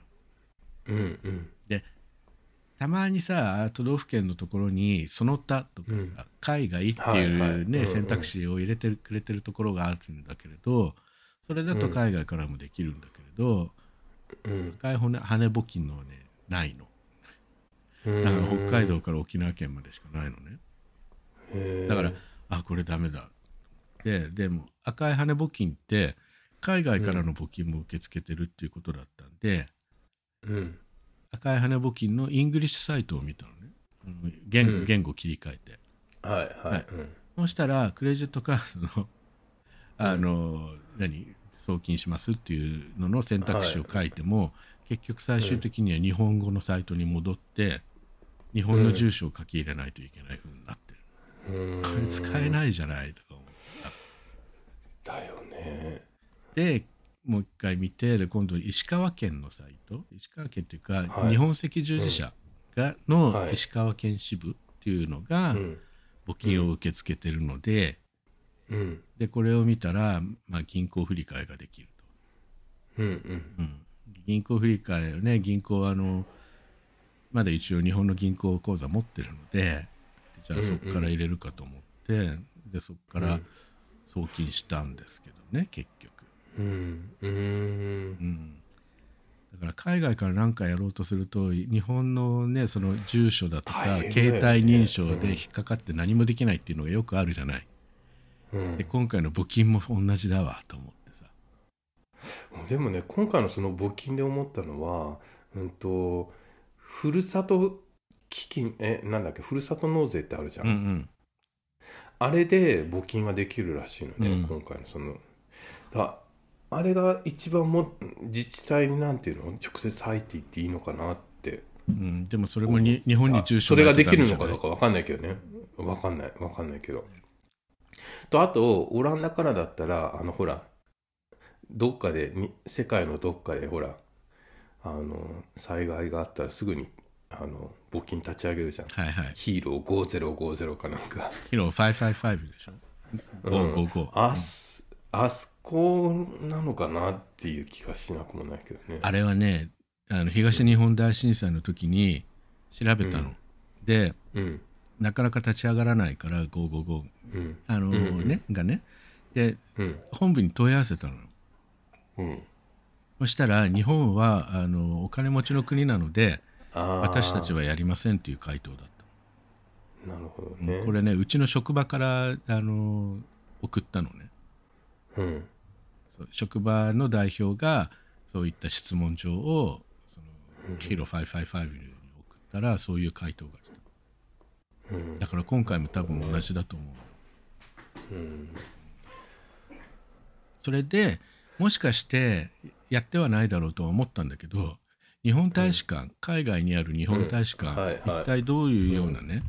Speaker 2: うんうんうん
Speaker 1: でたまにさ都道府県のところにその他とかさ、
Speaker 2: うん
Speaker 1: 海外っていう、ね
Speaker 2: はいはいうんうん
Speaker 1: 選択肢を入れてくれてるところがあるんだけれどそれだと海外からもできるんだけれど、
Speaker 2: うん
Speaker 1: 赤い骨羽募金のねないの
Speaker 2: うん
Speaker 1: だから北海道から沖縄県までしかないのね
Speaker 2: へー
Speaker 1: だからあこれダメだででも赤い羽募金って海外からの募金も受け付けてるっていうことだったんで、
Speaker 2: うん
Speaker 1: 赤い羽募金のイングリッシュサイトを見たのねあの言語,、
Speaker 2: うん
Speaker 1: 言語切り替えて
Speaker 2: はい
Speaker 1: は
Speaker 2: はいい
Speaker 1: そしたらクレジットカードのあの、何送金しますっていうのの選択肢を書いても、結局最終的には日本語のサイトに戻って日本の住所を書き入れないといけない風になってる、
Speaker 2: うん
Speaker 1: これ使えないじゃないとか思
Speaker 2: だよね
Speaker 1: ってもう一回見てで今度石川県のサイト石川県っていうか、
Speaker 2: はい
Speaker 1: 日本赤十字社がの
Speaker 2: はい
Speaker 1: 石川県支部っていうのが、
Speaker 2: うん
Speaker 1: 募金を受け付けてるので,、
Speaker 2: うん
Speaker 1: でこれを見たら、まあ、銀行振り替えができる
Speaker 2: うんうん
Speaker 1: と、うん銀行振り替えをね銀行はあのまだ一応日本の銀行口座持ってるのでじゃあ
Speaker 2: うんうん
Speaker 1: そこから入れるかと思って、でそこから送金したんですけどね結局、
Speaker 2: うんう
Speaker 1: う
Speaker 2: ん
Speaker 1: ん、だから海外から何かやろうとすると日本のねその住所だとか、
Speaker 2: 大変だよ
Speaker 1: 携
Speaker 2: ね
Speaker 1: 帯認証
Speaker 2: うん
Speaker 1: で引っかかって何もできないっていうのがよくあるじゃない。
Speaker 2: うん
Speaker 1: で今回の募金も同じだわと思ってさ
Speaker 2: でもね今回のその募金で思ったのは、うん、とふるさと基金えなんだっけふるさと納税ってあるじゃん、
Speaker 1: ん
Speaker 2: あれで募金ができるらしいのね、
Speaker 1: うん
Speaker 2: 今回のそのだあれが一番も自治体になんていうの直接入っていっていいのかなって
Speaker 1: うん、うん、でもそれもに日本に
Speaker 2: あ
Speaker 1: 住所
Speaker 2: それが
Speaker 1: ない
Speaker 2: で
Speaker 1: と
Speaker 2: きる
Speaker 1: ダ
Speaker 2: の
Speaker 1: メじ
Speaker 2: か
Speaker 1: ゃない
Speaker 2: ど
Speaker 1: う
Speaker 2: か分かんないけどね分かんない分かんないけどとあとオランダからだったらあのほらどっかでに世界のどっかでほらあの災害があったらすぐにあの募金立ち上げるじゃん
Speaker 1: はいはい
Speaker 2: ヒーロー5050かなんか、
Speaker 1: ヒロ555でしょ
Speaker 2: うん
Speaker 1: 555、
Speaker 2: あすあそこなのかなっていう気がしなくもないけどね
Speaker 1: あれはねあの東日本大震災の時に調べたの、で
Speaker 2: うん
Speaker 1: なかなか立ち上がらないから555
Speaker 2: うん
Speaker 1: あの
Speaker 2: うんうん
Speaker 1: ね、がねで
Speaker 2: うん
Speaker 1: 本部に問い合わせたの
Speaker 2: うん
Speaker 1: そしたら日本はあのお金持ちの国なので
Speaker 2: あー
Speaker 1: 私たちはやりませんっていう回答だった
Speaker 2: なるほどね
Speaker 1: これねうちの職場からあの送ったのね
Speaker 2: うん
Speaker 1: そう職場の代表がそういった質問状をそのヒーロー555に送ったらそういう回答が来た
Speaker 2: うん
Speaker 1: だから今回も多分同じだと思う
Speaker 2: うん
Speaker 1: それでもしかしてやってはないだろうとは思ったんだけど日本大使館、海外にある日本大使館、
Speaker 2: うんはいはい
Speaker 1: 一体どういうようなね、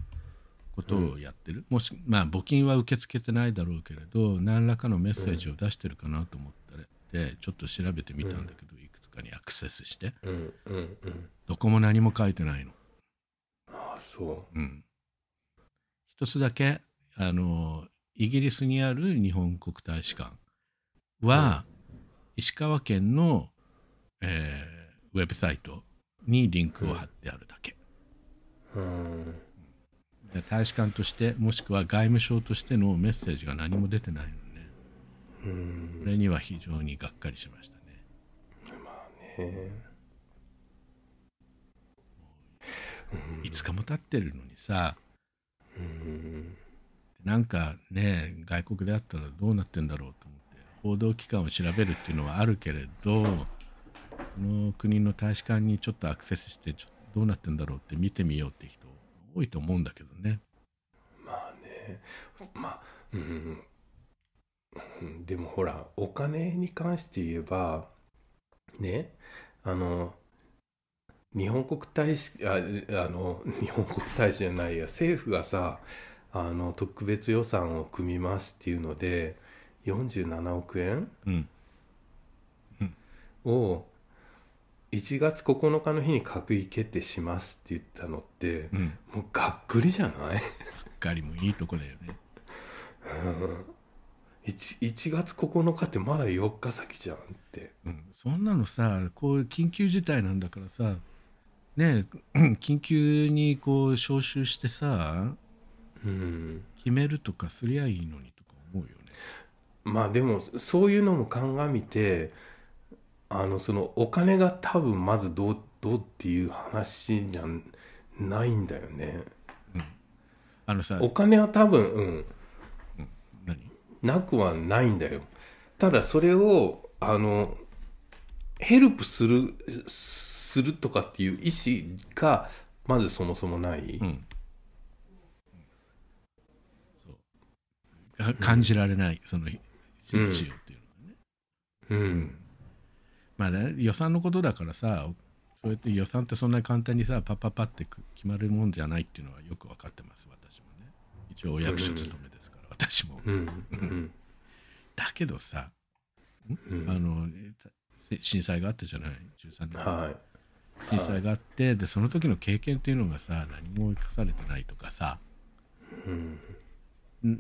Speaker 1: ことをやってるもしまあ募金は受け付けてないだろうけれど何らかのメッセージを出してるかなと思ったら、でちょっと調べてみたんだけど、いくつかにアクセスして
Speaker 2: うんうんうん
Speaker 1: どこも何も書いてないの。
Speaker 2: ああそ
Speaker 1: うん、一つだけあのイギリスにある日本国大使館は、石川県の、えーウェブサイトにリンクを貼ってあるだけ、
Speaker 2: ううん
Speaker 1: で大使館としてもしくは外務省としてのメッセージが何も出てないのね
Speaker 2: うん
Speaker 1: これには非常にがっかりしましたね
Speaker 2: まあねうん
Speaker 1: 5日も経ってるのにさ
Speaker 2: うん
Speaker 1: なんかね外国であったらどうなってんだろうと思って報道機関を調べるっていうのはあるけれどその国の大使館にちょっとアクセスしてちょっとどうなってんだろうって見てみようって人多いと思うんだけどね
Speaker 2: まあねまあうんうんでもほらお金に関して言えばねあの日本国大使ああの日本国大使じゃないや政府がさあの特別予算を組みますっていうので47億円
Speaker 1: うん
Speaker 2: を1月9日の日に閣議決定しますって言ったのって、
Speaker 1: うん
Speaker 2: もうがっくりじゃない
Speaker 1: ガリもいいとこだよね
Speaker 2: 1, 1月9日ってまだ4日先じゃんって
Speaker 1: うん、そんなのさこう緊急事態なんだからさねえ 緊急にこう招集してさ
Speaker 2: うん
Speaker 1: 決めるとかすりゃいいのにとか思うよね
Speaker 2: まあでもそういうのも鑑みてあのそのお金が多分まずどうどうっていう話じゃないんだよね
Speaker 1: あのさ
Speaker 2: お金は多分うん
Speaker 1: 何
Speaker 2: なくはないんだよただそれをあのヘルプするするとかっていう意思がまずそもそもない、
Speaker 1: うんそうが感じられない、その必要っていうのがね、
Speaker 2: うん
Speaker 1: まあね予算のことだからさそうやって予算ってそんな簡単にさパッパッパって決まるもんじゃないっていうのはよく分かってます私もね一応お役所勤めですから、私も
Speaker 2: うんうん
Speaker 1: だけどさ
Speaker 2: うん
Speaker 1: あのせ震災があったじゃない13年、
Speaker 2: はい
Speaker 1: 震災があってでその時の経験っていうのがさ何も生かされてないとかさ、
Speaker 2: うん
Speaker 1: ん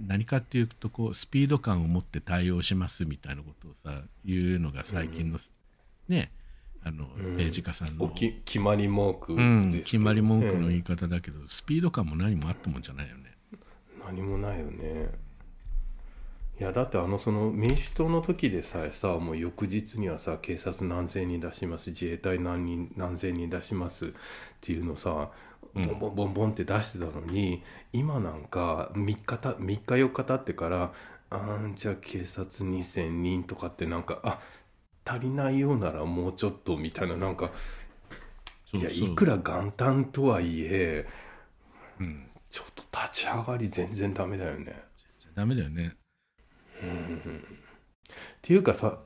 Speaker 1: 何かっていうとこうスピード感を持って対応しますみたいなことをさ言うのが最近の、ねあの政治家さんの、
Speaker 2: おき決まり文句
Speaker 1: うん
Speaker 2: で
Speaker 1: 決
Speaker 2: すけど
Speaker 1: まり文句の言
Speaker 2: え
Speaker 1: い方だけど、スピード感も何もあったもんじゃないよね。
Speaker 2: え何もないよねいやだってあのその民主党の時でさえさもう翌日にはさ警察何千人出します自衛隊何人何千人出しますっていうのさボンボンボンボンって出してたのに、今なんか3日た3日4日経ってからあーじゃあ警察2,000人とかってなんかあ足りないようならもうちょっとみたいななんか
Speaker 1: そう
Speaker 2: いや
Speaker 1: そう
Speaker 2: いくら元旦とはいえ、
Speaker 1: うん
Speaker 2: ちょっと立ち上がり全然ダメだよね。
Speaker 1: ダメだよね。
Speaker 2: っていうかさ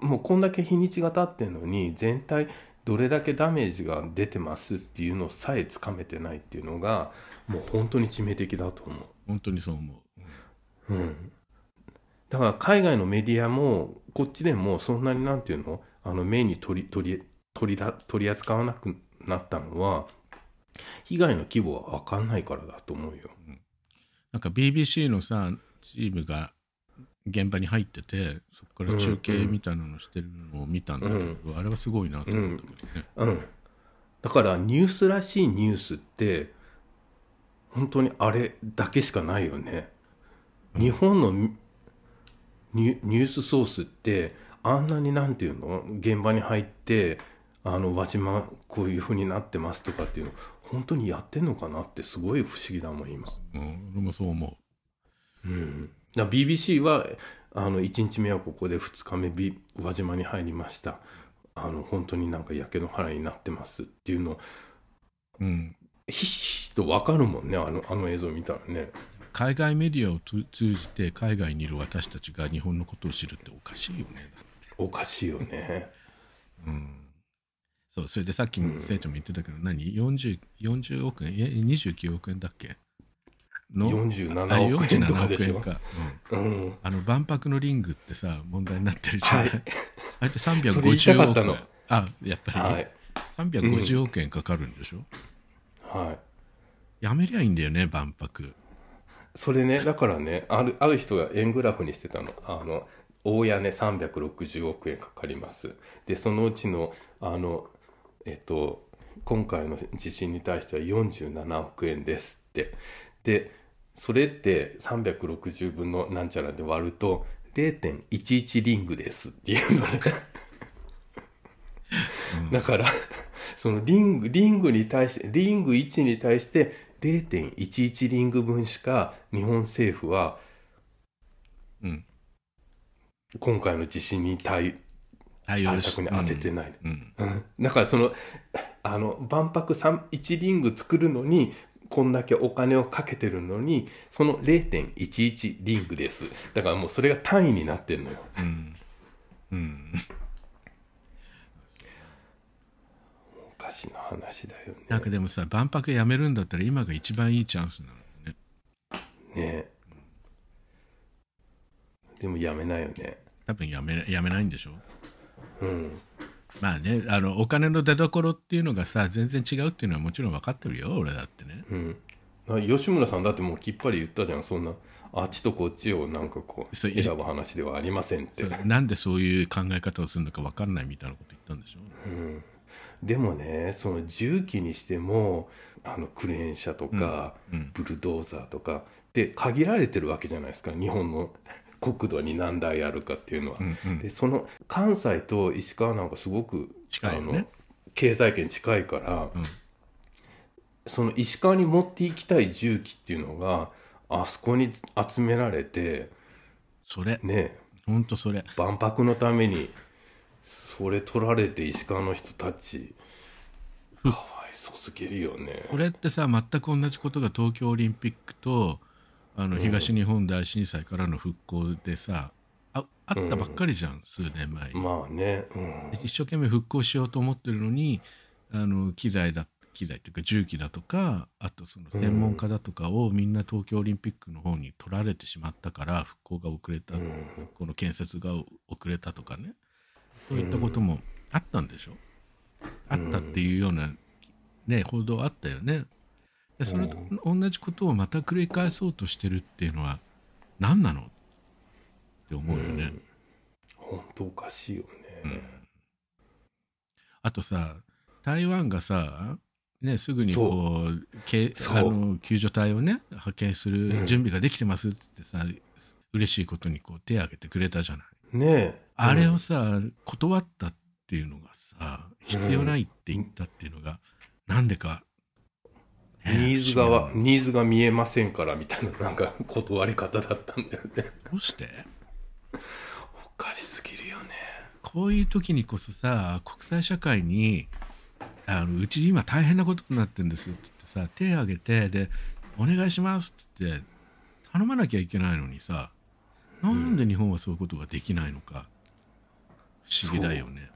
Speaker 2: もうこんだけ日にちが経ってんのに全体どれだけダメージが出てますっていうのさえつかめてないっていうのがもう本当に致命的だと思う。
Speaker 1: 本当にそう思う。
Speaker 2: うん、だから海外のメディアもこっちでもそんなになんていうのあの目に取り取り取りだ取り扱わなくなったのは被害の規模は分かんないからだと思うよ。
Speaker 1: なんか BBC のさチームが現場に入っててそこから中継みたいなのしてるのを見たんだけど、あれはすごいなと思ったけどね。
Speaker 2: うん、だからニュースらしいニュースって本当にあれだけしかないよね。日本のニュニュースソースってあんなになんていうの現場に入ってあの輪島こういう風になってますとかっていうの本当にやってんのかなってすごい不思議だもん今。
Speaker 1: うん、俺もそう思う。
Speaker 2: うん、だから BBC はあの1日目はここで2日目び宇和島に入りましたあの本当になんか焼け野原になってますっていうの
Speaker 1: うん、
Speaker 2: ひしひしとわかるもんねあのあの映像見たらね
Speaker 1: 海外メディアを通通じて海外にいる私たちが日本のことを知るっておかしいよね。
Speaker 2: おかしいよね
Speaker 1: うん、そうそれでさっきも生徒も言ってたけど、何 40, 40億円え29億円だっけのあ
Speaker 2: 47億円とかでし
Speaker 1: 47
Speaker 2: ょ
Speaker 1: 億円かうん
Speaker 2: うん
Speaker 1: あの万博のリングってさ問題になってるじゃない、
Speaker 2: はい
Speaker 1: あれって350億円
Speaker 2: それ言いたかったの
Speaker 1: あやっぱり、
Speaker 2: はい
Speaker 1: 350億円かかるんでしょ、
Speaker 2: はい
Speaker 1: やめりゃいいんだよね万博
Speaker 2: それねだからねあるある人が円グラフにしてたのあの大屋根360億円かかりますでそのうちのあのえっと今回の地震に対しては47億円ですってでそれって360分のなんちゃらで割ると0.11リングですっていうのねだから、 そのリング、リングに対して、リング1に対して0.11リング分しか日本政府は
Speaker 1: うん
Speaker 2: 今回の地震に対
Speaker 1: 対
Speaker 2: 対
Speaker 1: 応し
Speaker 2: 策に当ててない。
Speaker 1: うんうん
Speaker 2: うんだからその、あの、万博3 1リング作るのに、こんだけお金をかけてるのに、その0.11リングです。だからもうそれが単位になってるのよ。 おかしな話だ
Speaker 1: な
Speaker 2: よ
Speaker 1: ん
Speaker 2: ね。
Speaker 1: かでもさ万博やめるんだったら今が一番いいチャンスなのね
Speaker 2: ねでもやめないよね。
Speaker 1: 多分やめやめないんでしょ
Speaker 2: うん。
Speaker 1: まあねあのお金の出どころっていうのがさ全然違うっていうのはもちろん分かってるよ俺だってね
Speaker 2: うん。な吉村さんだってもうきっぱり言ったじゃん。そんな、あっちとこっちをなんかこう、
Speaker 1: そう
Speaker 2: 選ぶ話ではありませんって。
Speaker 1: なんでそういう考え方をするのか分かんないみたいなこと言ったんでしょ
Speaker 2: でもねその重機にしてもあのクレーン車とか、ブルドーザーとかで限られてるわけじゃないですか日本の 国土に何台あるかっていうのは。でその関西と石川なんかすごく
Speaker 1: 近いよね
Speaker 2: あの経済圏近いから、
Speaker 1: ん
Speaker 2: その石川に持っていきたい重機っていうのがあそこに集められて
Speaker 1: それ
Speaker 2: ね
Speaker 1: ほんとそれ
Speaker 2: 万博のためにそれ取られて石川の人たちかわいそうすぎるよね
Speaker 1: これってさ全く同じことが東京オリンピックとあの東日本大震災からの復興でさああったばっかりじゃん、数年前に、
Speaker 2: まあねうん
Speaker 1: 一生懸命復興しようと思ってるのにあの機材だ機材というか重機だとかあとその専門家だとかをみんな東京オリンピックの方に取られてしまったから復興が遅れた、この建設が遅れたとかねそういったこともあったんでしょ、あったっていうような、ね、報道あったよね。でそれと同じことをまた繰り返そうとしてるっていうのは何なのって思うよね。
Speaker 2: 本当おかしいよね、
Speaker 1: あとさ台湾がさ、ね、すぐにこうけ
Speaker 2: そう
Speaker 1: あの救助隊をね派遣する準備ができてますって言ってさ、嬉しいことにこう手を挙げてくれたじゃない。
Speaker 2: ねえ
Speaker 1: あれ
Speaker 2: うん
Speaker 1: をさ、断ったっていうのがさ必要ないって言ったっていうのが、なんでか。ね
Speaker 2: ニーズがわニーズが見えませんからみたいななんか断り方だったんだよね
Speaker 1: どうして
Speaker 2: おかしすぎるよね
Speaker 1: こういう時にこそさ国際社会にあのうち今大変なことになってるんですよって言ってさ手を挙げてで「お願いします」って言って頼まなきゃいけないのにさなんで日本はそういうことができないのか不思議だよね。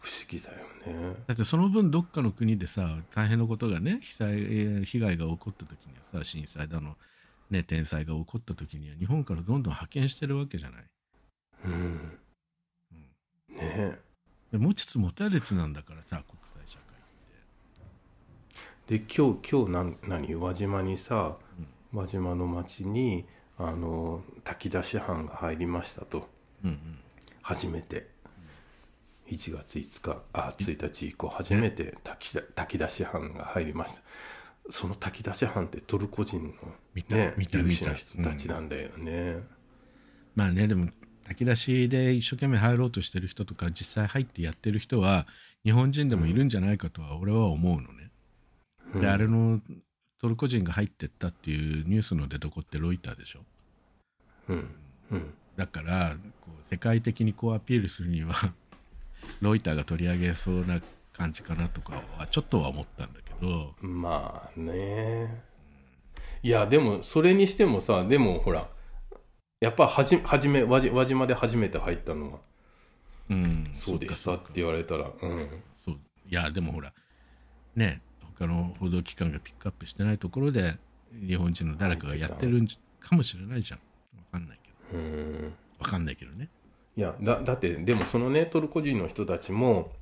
Speaker 2: 不思議だよね
Speaker 1: だってその分どっかの国でさ大変なことがね被災えー被害が起こった時にはさ震災だの、ね、天災が起こった時には日本からどんどん派遣してるわけじゃない。
Speaker 2: うんねえ
Speaker 1: で持ちつ持たれつなんだからさ国際社会。
Speaker 2: で今日今日なん何輪島にさ輪島の町にあの炊き出し班が入りましたと
Speaker 1: うんうん
Speaker 2: 初めて1月5日あ1日以降初めて炊きだ炊き出し班が入りましたその炊き出し班ってトルコ人の、ね、
Speaker 1: 見た見た
Speaker 2: 有
Speaker 1: 見
Speaker 2: 志
Speaker 1: た
Speaker 2: の人たちなんだよね、
Speaker 1: まあねでも炊き出しで一生懸命入ろうとしてる人とか実際入ってやってる人は日本人でもいるんじゃないかとは俺は思うのね。であれのトルコ人が入ってったっていうニュースの出どこってロイターでしょ。だからこう世界的にこうアピールするには ロイターが取り上げそうな感じかなとかはちょっとは思ったんだけど
Speaker 2: まあねいやでもそれにしてもさでもほらやっぱはじ初め輪島輪島で初めて入ったのは
Speaker 1: うん
Speaker 2: そうでし
Speaker 1: っ
Speaker 2: たっ
Speaker 1: か
Speaker 2: て言われたらうん
Speaker 1: そういやでもほらね他の報道機関がピックアップしてないところで日本人の誰かがやってるんじかもしれないじゃんわかんないけど
Speaker 2: うん
Speaker 1: わかんないけどね
Speaker 2: いやだだってでもそのねトルコ人の人たちも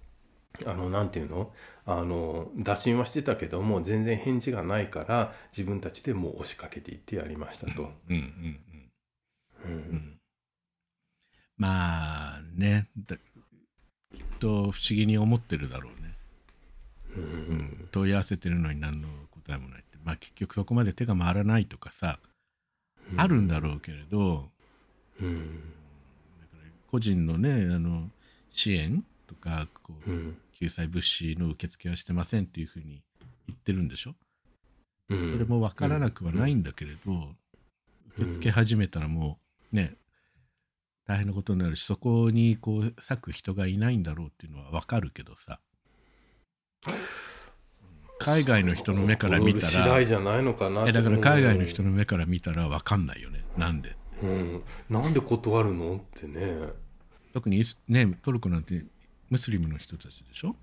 Speaker 2: あのなんていうのあの打診はしてたけども全然返事がないから自分たちでもう押しかけていってやりましたと、
Speaker 1: うんうんうん
Speaker 2: うん
Speaker 1: まあねだきっと不思議に思ってるだろうね、うん問い合わせてるのに何の答えもないってまあ結局そこまで手が回らないとかさ、あるんだろうけれど
Speaker 2: うん
Speaker 1: 個人のねあの支援とかこう、
Speaker 2: うん
Speaker 1: 救済物資の受付はしてませんっていうふうに言ってるんでしょそ
Speaker 2: うん
Speaker 1: れも分からなくはないんだけれど、受付始めたらもうね大変なことになるしそこにこう割く人がいないんだろうっていうのは分かるけどさ海外の人の目から見た
Speaker 2: 次
Speaker 1: ら
Speaker 2: 第じゃないのかなって
Speaker 1: えだから海外の人の目から見たら分かんないよねなんで
Speaker 2: うん、なんで断るのってね
Speaker 1: 特にイスねトルコなんてムスリムの人たちでしょ、うん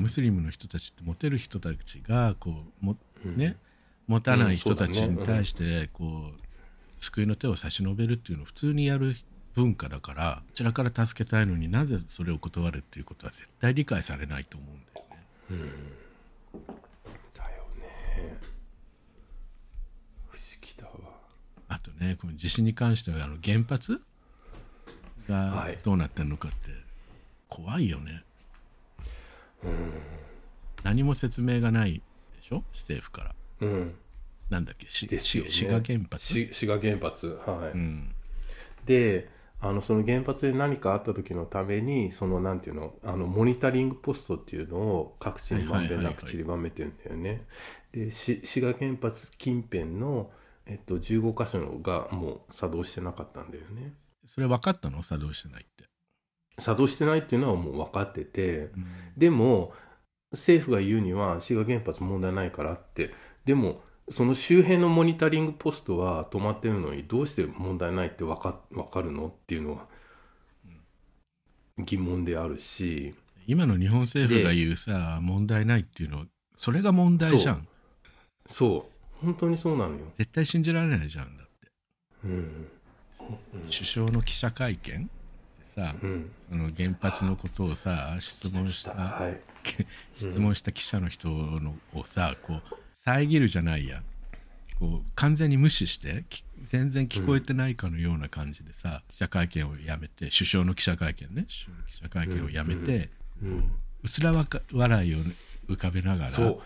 Speaker 1: ムスリムの人たちってモテる人たちがこうも、ね持たない人たちに対してこう、救いの手を差し伸べるっていうのを普通にやる文化だからこちらから助けたいのになぜそれを断るっていうことは絶対理解されないと思うんだよね。
Speaker 2: だよね不思議だわ
Speaker 1: あとねこの地震に関してはあの原発が
Speaker 2: はい
Speaker 1: どうなってるのかって怖いよね。何も説明がないでしょ政府から。
Speaker 2: うん
Speaker 1: なんだっけし
Speaker 2: です
Speaker 1: し
Speaker 2: よね
Speaker 1: 滋賀原発
Speaker 2: し滋賀原発はい、であのその原発で何かあった時のためにそのなんていうのあのモニタリングポストっていうのを各地にまんべ
Speaker 1: は
Speaker 2: んな
Speaker 1: いはいはい
Speaker 2: く散りばめてるんだよね、でし滋賀原発近辺の、えっと、15箇所がもう作動してなかったんだよね
Speaker 1: それ分かったの作動してないって。
Speaker 2: 作動してないっていうのはもう分かってて、でも政府が言うには滋賀原発問題ないからってでもその周辺のモニタリングポストは止まってるのにどうして問題ないって分か分かるのっていうのは疑問であるし
Speaker 1: 今の日本政府が言うさ問題ないっていうのそれが問題じゃん
Speaker 2: そう本当にそうなのよ、
Speaker 1: 絶対信じられないじゃんだって、
Speaker 2: うん
Speaker 1: 首相の記者会見でさ、
Speaker 2: うん、
Speaker 1: その原発のことをさ質問し
Speaker 2: した
Speaker 1: た
Speaker 2: はい
Speaker 1: 質問した記者の人のをさこう遮るじゃないやこう完全に無視してき全然聞こえてないかのような感じでさ、記者会見をやめて首相の記者会見ね首相の記者会見をやめて、
Speaker 2: うん、
Speaker 1: うすらわか笑いを浮かべながら
Speaker 2: そう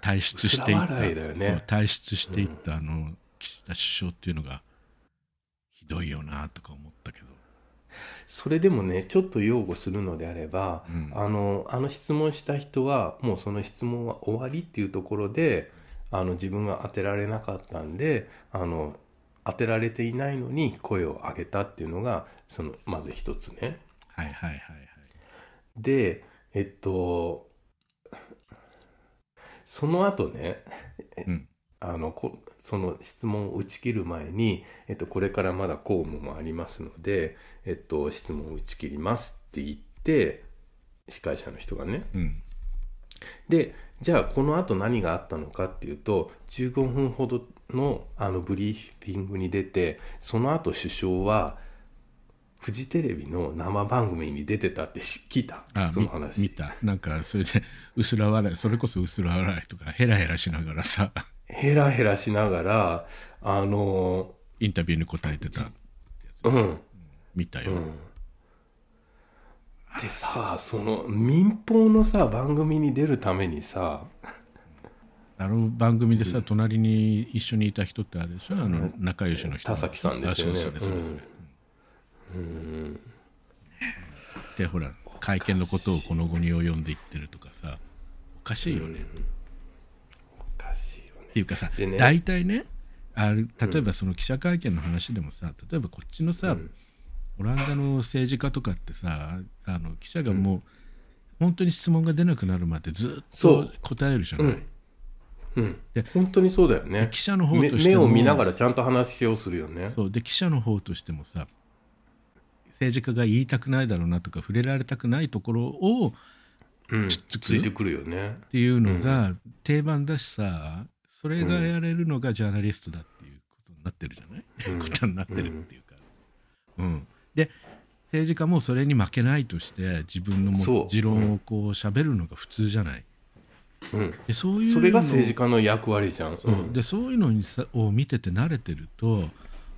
Speaker 1: 退出していっ
Speaker 2: 薄
Speaker 1: た、
Speaker 2: ら笑いだよね
Speaker 1: そう退出していったあの岸田首相っていうのがひどいよなとか思ったけど
Speaker 2: それでもねちょっと擁護するのであれば、
Speaker 1: ん
Speaker 2: あのあの質問した人はもうその質問は終わりっていうところであの自分が当てられなかったんであの当てられていないのに声を上げたっていうのがそのまず一つね。
Speaker 1: はいはいはいはい
Speaker 2: でえっとその後ね
Speaker 1: うん
Speaker 2: あのこその質問を打ち切る前に、えっと、これからまだ公務もありますので、えっと、質問を打ち切りますって言って司会者の人がね
Speaker 1: うん
Speaker 2: でじゃあこの後何があったのかっていうと15分ほどのあのブリーフィングに出てその後首相はフジテレビの生番組に出てたってし聞いた
Speaker 1: あ
Speaker 2: そ
Speaker 1: み
Speaker 2: の話
Speaker 1: 見たなんかそれでうすら笑いそれこそうすら笑いとかヘラヘラしながらさ
Speaker 2: ヘラヘラしながらあの
Speaker 1: インタビューに答えてた
Speaker 2: うん
Speaker 1: 見たよ、
Speaker 2: でさその民放のさ番組に出るためにさ
Speaker 1: あの番組でさ隣に一緒にいた人ってあれでしょあの仲良しの人
Speaker 2: 田崎さんですよね
Speaker 1: あそうそうそれそれ
Speaker 2: うん
Speaker 1: でほら会見のことをこの後に及んでいってるとかさおかしいよね、
Speaker 2: おかしいよ
Speaker 1: っ
Speaker 2: ね
Speaker 1: ていうかさ、
Speaker 2: でね
Speaker 1: 大体ねあれ例えばその記者会見の話でもさ、例えばこっちのさ、オランダの政治家とかってさあの記者がもう、本当に質問が出なくなるまでずっ
Speaker 2: そ
Speaker 1: と
Speaker 2: う
Speaker 1: 答えるじゃない、
Speaker 2: うん
Speaker 1: で
Speaker 2: 本当にそうだよね
Speaker 1: 記者の方としても
Speaker 2: 目目を見ながらちゃんと話をするよね
Speaker 1: そうで記者の方としてもさ政治家が言いたくないだろうなとか触れられたくないところを
Speaker 2: うん
Speaker 1: つく
Speaker 2: ついてくるよね
Speaker 1: っていうのが定番だしさそれがやれるのがジャーナリストだっていうことになってるじゃない、 ことになってるっていうか、うんで政治家もそれに負けないとして自分の
Speaker 2: そ
Speaker 1: も
Speaker 2: う
Speaker 1: 持論をこう喋るのが普通じゃない、
Speaker 2: うん
Speaker 1: でそういうの
Speaker 2: それが政治家の役割じゃんうん
Speaker 1: でそういうのにさを見てて慣れてると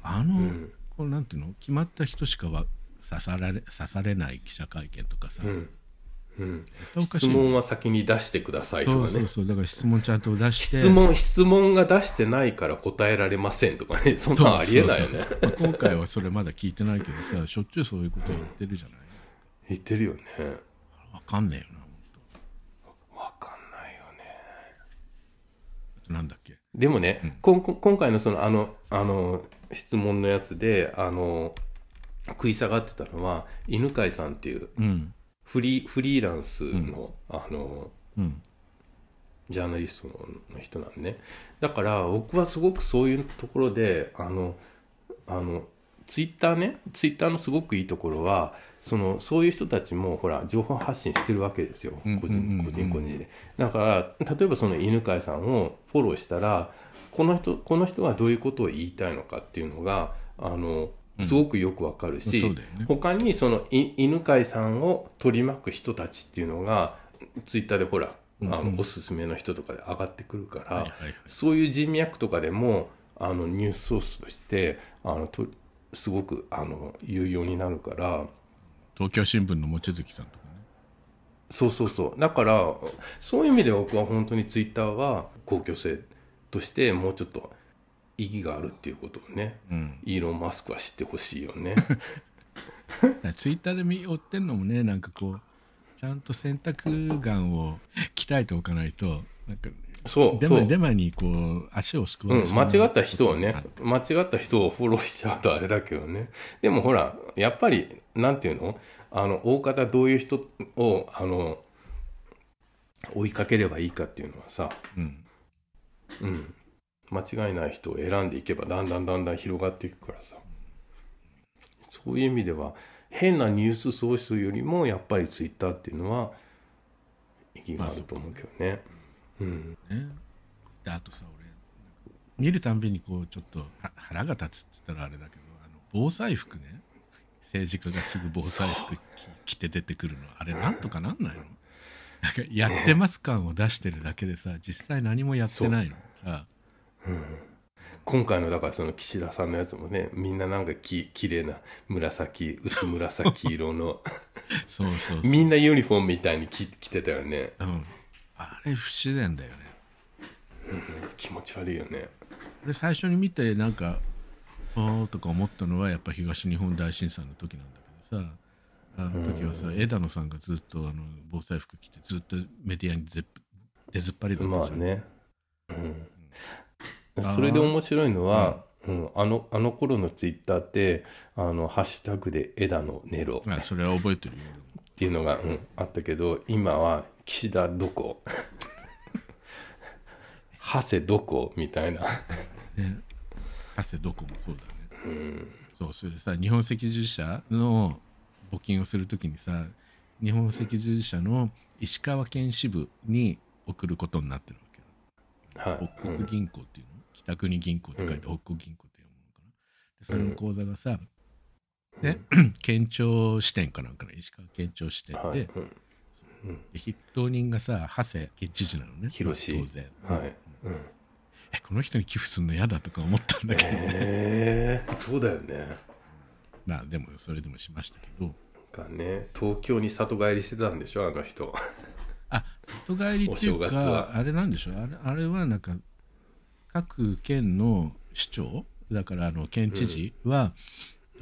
Speaker 1: あの、これなんていうの決まった人しかは刺さられ刺されない記者会見とかさ、
Speaker 2: んうん
Speaker 1: 絶対おかし
Speaker 2: 質
Speaker 1: いよ
Speaker 2: 問は先に出してくださいと
Speaker 1: そう
Speaker 2: か
Speaker 1: そ
Speaker 2: ね
Speaker 1: うそうだから質問ちゃんと出して
Speaker 2: 質問質問が出してないから答えられませんとかねそんなんありえないよ
Speaker 1: そ
Speaker 2: ね
Speaker 1: うそうそうまあ今回はそれまだ聞いてないけどさ、しょっちゅうそういうこと言ってるじゃない。
Speaker 2: 言ってるよね
Speaker 1: わかんねえよな。
Speaker 2: わかんないよね
Speaker 1: あとなんだっけ。
Speaker 2: でもね、こんこん今回のそのあのあの質問のやつであの食い下がってたのは犬飼さんっていう
Speaker 1: うん。
Speaker 2: フリーフリーランスの,、あの
Speaker 1: うん。
Speaker 2: ジャーナリストの人なんでねだから僕はすごくそういうところであのあのツイッターねツイッターのすごくいいところはそのそういう人たちもほら情報発信してるわけですよ、
Speaker 1: うん
Speaker 2: 個
Speaker 1: うんうんう
Speaker 2: 人
Speaker 1: ん
Speaker 2: 個人個人で。だから例えばその犬飼さんをフォローしたらこの人この人はどういうことを言いたいのかっていうのがあのすごくよくわかるし、
Speaker 1: そうだよね
Speaker 2: 他にそのい犬飼さんを取り巻く人たちっていうのがツイッターでほら、あのおすすめの人とかで上がってくるから、
Speaker 1: はいはいはい
Speaker 2: そういう人脈とかでもあのニュースソースとしてあのとすごくあの有用になるから。
Speaker 1: 東京新聞の望月さんとかね
Speaker 2: そうそうそう。だから、そういう意味で僕は本当にツイッターは公共性としてもうちょっと意義があるっていうことをね、イーロン・マスクは知ってほしいよ ね。
Speaker 1: ツイッターで見追ってんのもねなんかこうちゃんと選択眼を鍛えておかないとなんか
Speaker 2: そう、
Speaker 1: デ
Speaker 2: そ
Speaker 1: マ
Speaker 2: う。
Speaker 1: デマにこう足をすくわれ
Speaker 2: う
Speaker 1: そ
Speaker 2: ん、
Speaker 1: うな
Speaker 2: 間違った人をね、間違った人をフォローしちゃうとあれだけどね。でもほら、やっぱり、なんていうのあの、大方どういう人を、あの、追いかければいいかっていうのはさ、
Speaker 1: うん
Speaker 2: うん。間違いない人を選んでいけば、だんだんだんだん広がっていくからさ。そういう意味では、変なニュースソースよりも、やっぱりツイッターっていうのは、意義があると思うけどね。うん。
Speaker 1: ね、であとさ俺見るたんびにこうちょっとは腹が立つって言ったらあれだけどあの防災服ね政治家がすぐ防災服き着て出てくるのあれなんとかなんないのなんかやってます感を出してるだけでさ実際何もやってないのさ
Speaker 2: 今回の、だからその岸田さんのやつもね、みんななんかき、綺麗な紫、薄紫色の、
Speaker 1: そうそうそう、
Speaker 2: みんなユニフォームみたいに着着てたよね。
Speaker 1: うん、あれ不自然だよね
Speaker 2: 気持ち悪いよね。
Speaker 1: 俺最初に見てなんかおーとか思ったのはやっぱ東日本大震災の時なんだけどさあの時はさ枝野さんがずっとあの防災服着てずっとメディアに出っ出ずっぱりだった
Speaker 2: まあ
Speaker 1: じゃん、
Speaker 2: ね。うん
Speaker 1: あー
Speaker 2: それで面白いのは、うん、あの、あの頃のツイッターって、あの、ハッシュタグで枝のネロ
Speaker 1: まあそれは覚えてるよ
Speaker 2: っていうのが、うん、あったけど、今は岸田ど こ長谷どこみたいな。
Speaker 1: 汗どこもそうだね、そうそれでさ日本赤十字社の募金をする時にさ日本赤十字社の石川県支部に送ることになってるわけよ
Speaker 2: はい。
Speaker 1: 北国銀行っていうの、北国銀行って書いて北国銀行って読むのかな。でそれの口座がさ、ね、 県庁支店かなんかの石川県庁支店で,、
Speaker 2: はい。うん
Speaker 1: で筆頭人がさ長谷県知事なのね
Speaker 2: 広し
Speaker 1: 当然
Speaker 2: はい。うん。
Speaker 1: えこの人に寄付するの嫌だとか思ったんだけど、
Speaker 2: へえ、そうだよね。
Speaker 1: まあでもそれでもしましたけど
Speaker 2: なんかね、東京に里帰りしてたんでしょ、あの人。
Speaker 1: あ里帰りってい
Speaker 2: お正
Speaker 1: う
Speaker 2: 月
Speaker 1: か
Speaker 2: は
Speaker 1: あれなんでしょうあれあれはなんか各県の市長だからあの県知事は、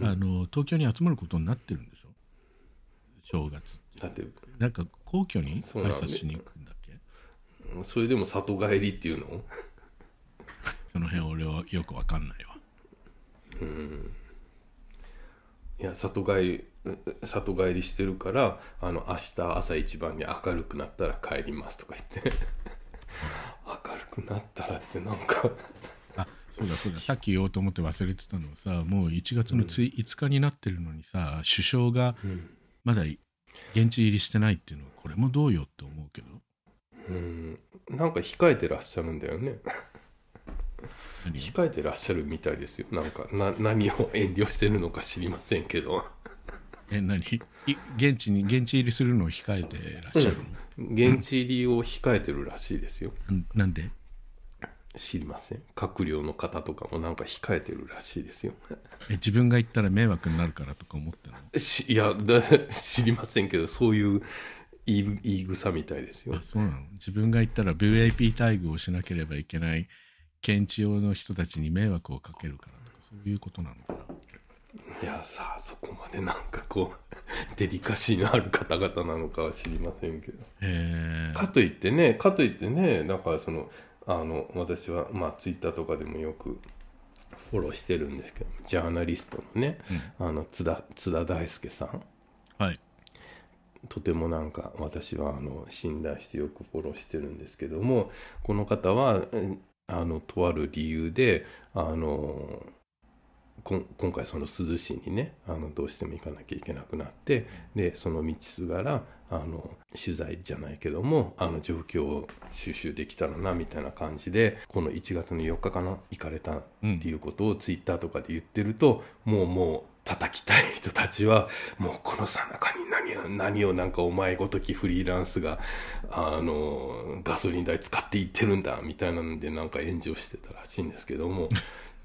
Speaker 1: あの東京に集まることになってるんでしょ正月って
Speaker 2: だって、
Speaker 1: なんか皇居に
Speaker 2: そう
Speaker 1: 挨
Speaker 2: なんだ
Speaker 1: 拶しに行くんだっけ
Speaker 2: それでも里帰りっていうの
Speaker 1: その辺俺はよくわかんないわ
Speaker 2: いや里帰りうう里帰りしてるからあの明日朝一番に明るくなったら帰りますとか言って 明るくなったらってなんか
Speaker 1: あそうだそうださっき言おうと思って忘れてたのはさもう1月のつい5日になってるのにさ首相がまだい現地入りしてないっていうのはこれもどうよって思うけど
Speaker 2: うんなんか控えてらっしゃるんだよね
Speaker 1: 何
Speaker 2: 控えてらっしゃるみたいですよなんかな何を遠慮してるのか知りませんけど
Speaker 1: え何 い現地に現地入りするのを控えてらっしゃるの、
Speaker 2: 現地入りを控えてるらしいですよ
Speaker 1: んなんで
Speaker 2: 知りません閣僚の方とかもなんか控えてるらしいですよ
Speaker 1: え自分が行ったら迷惑になるからとか思ったの
Speaker 2: しいや だ知りませんけどそういう言い言い草みたいですよ
Speaker 1: あそうなの自分が行ったら VIP 待遇をしなければいけない検知用の人たちに迷惑をかけるからとかそういうことなのかない
Speaker 2: やさあそこまでなんかこう デリカシーのある方々なのかは知りませんけど
Speaker 1: えー
Speaker 2: かといってねかといってねだからそのあの私はまあツイッターとかでもよくフォローしてるんですけどジャーナリストのね、あの津田津田大介さん
Speaker 1: はい
Speaker 2: とてもなんか私はあの信頼してよくフォローしてるんですけどもこの方はうんあのとある理由であのこん今回その珠洲市にねあのどうしても行かなきゃいけなくなってでその道すがらあの取材じゃないけどもあの状況を収集できたらなみたいな感じでこの1月の4日かな行かれたっていうことをツイッターとかで言ってると、もうもう叩きたい人たちは、もうこのさなかに何を、何をなんかお前ごときフリーランスが、あの、ガソリン代使っていってるんだ、みたいなんでなんか炎上してたらしいんですけども、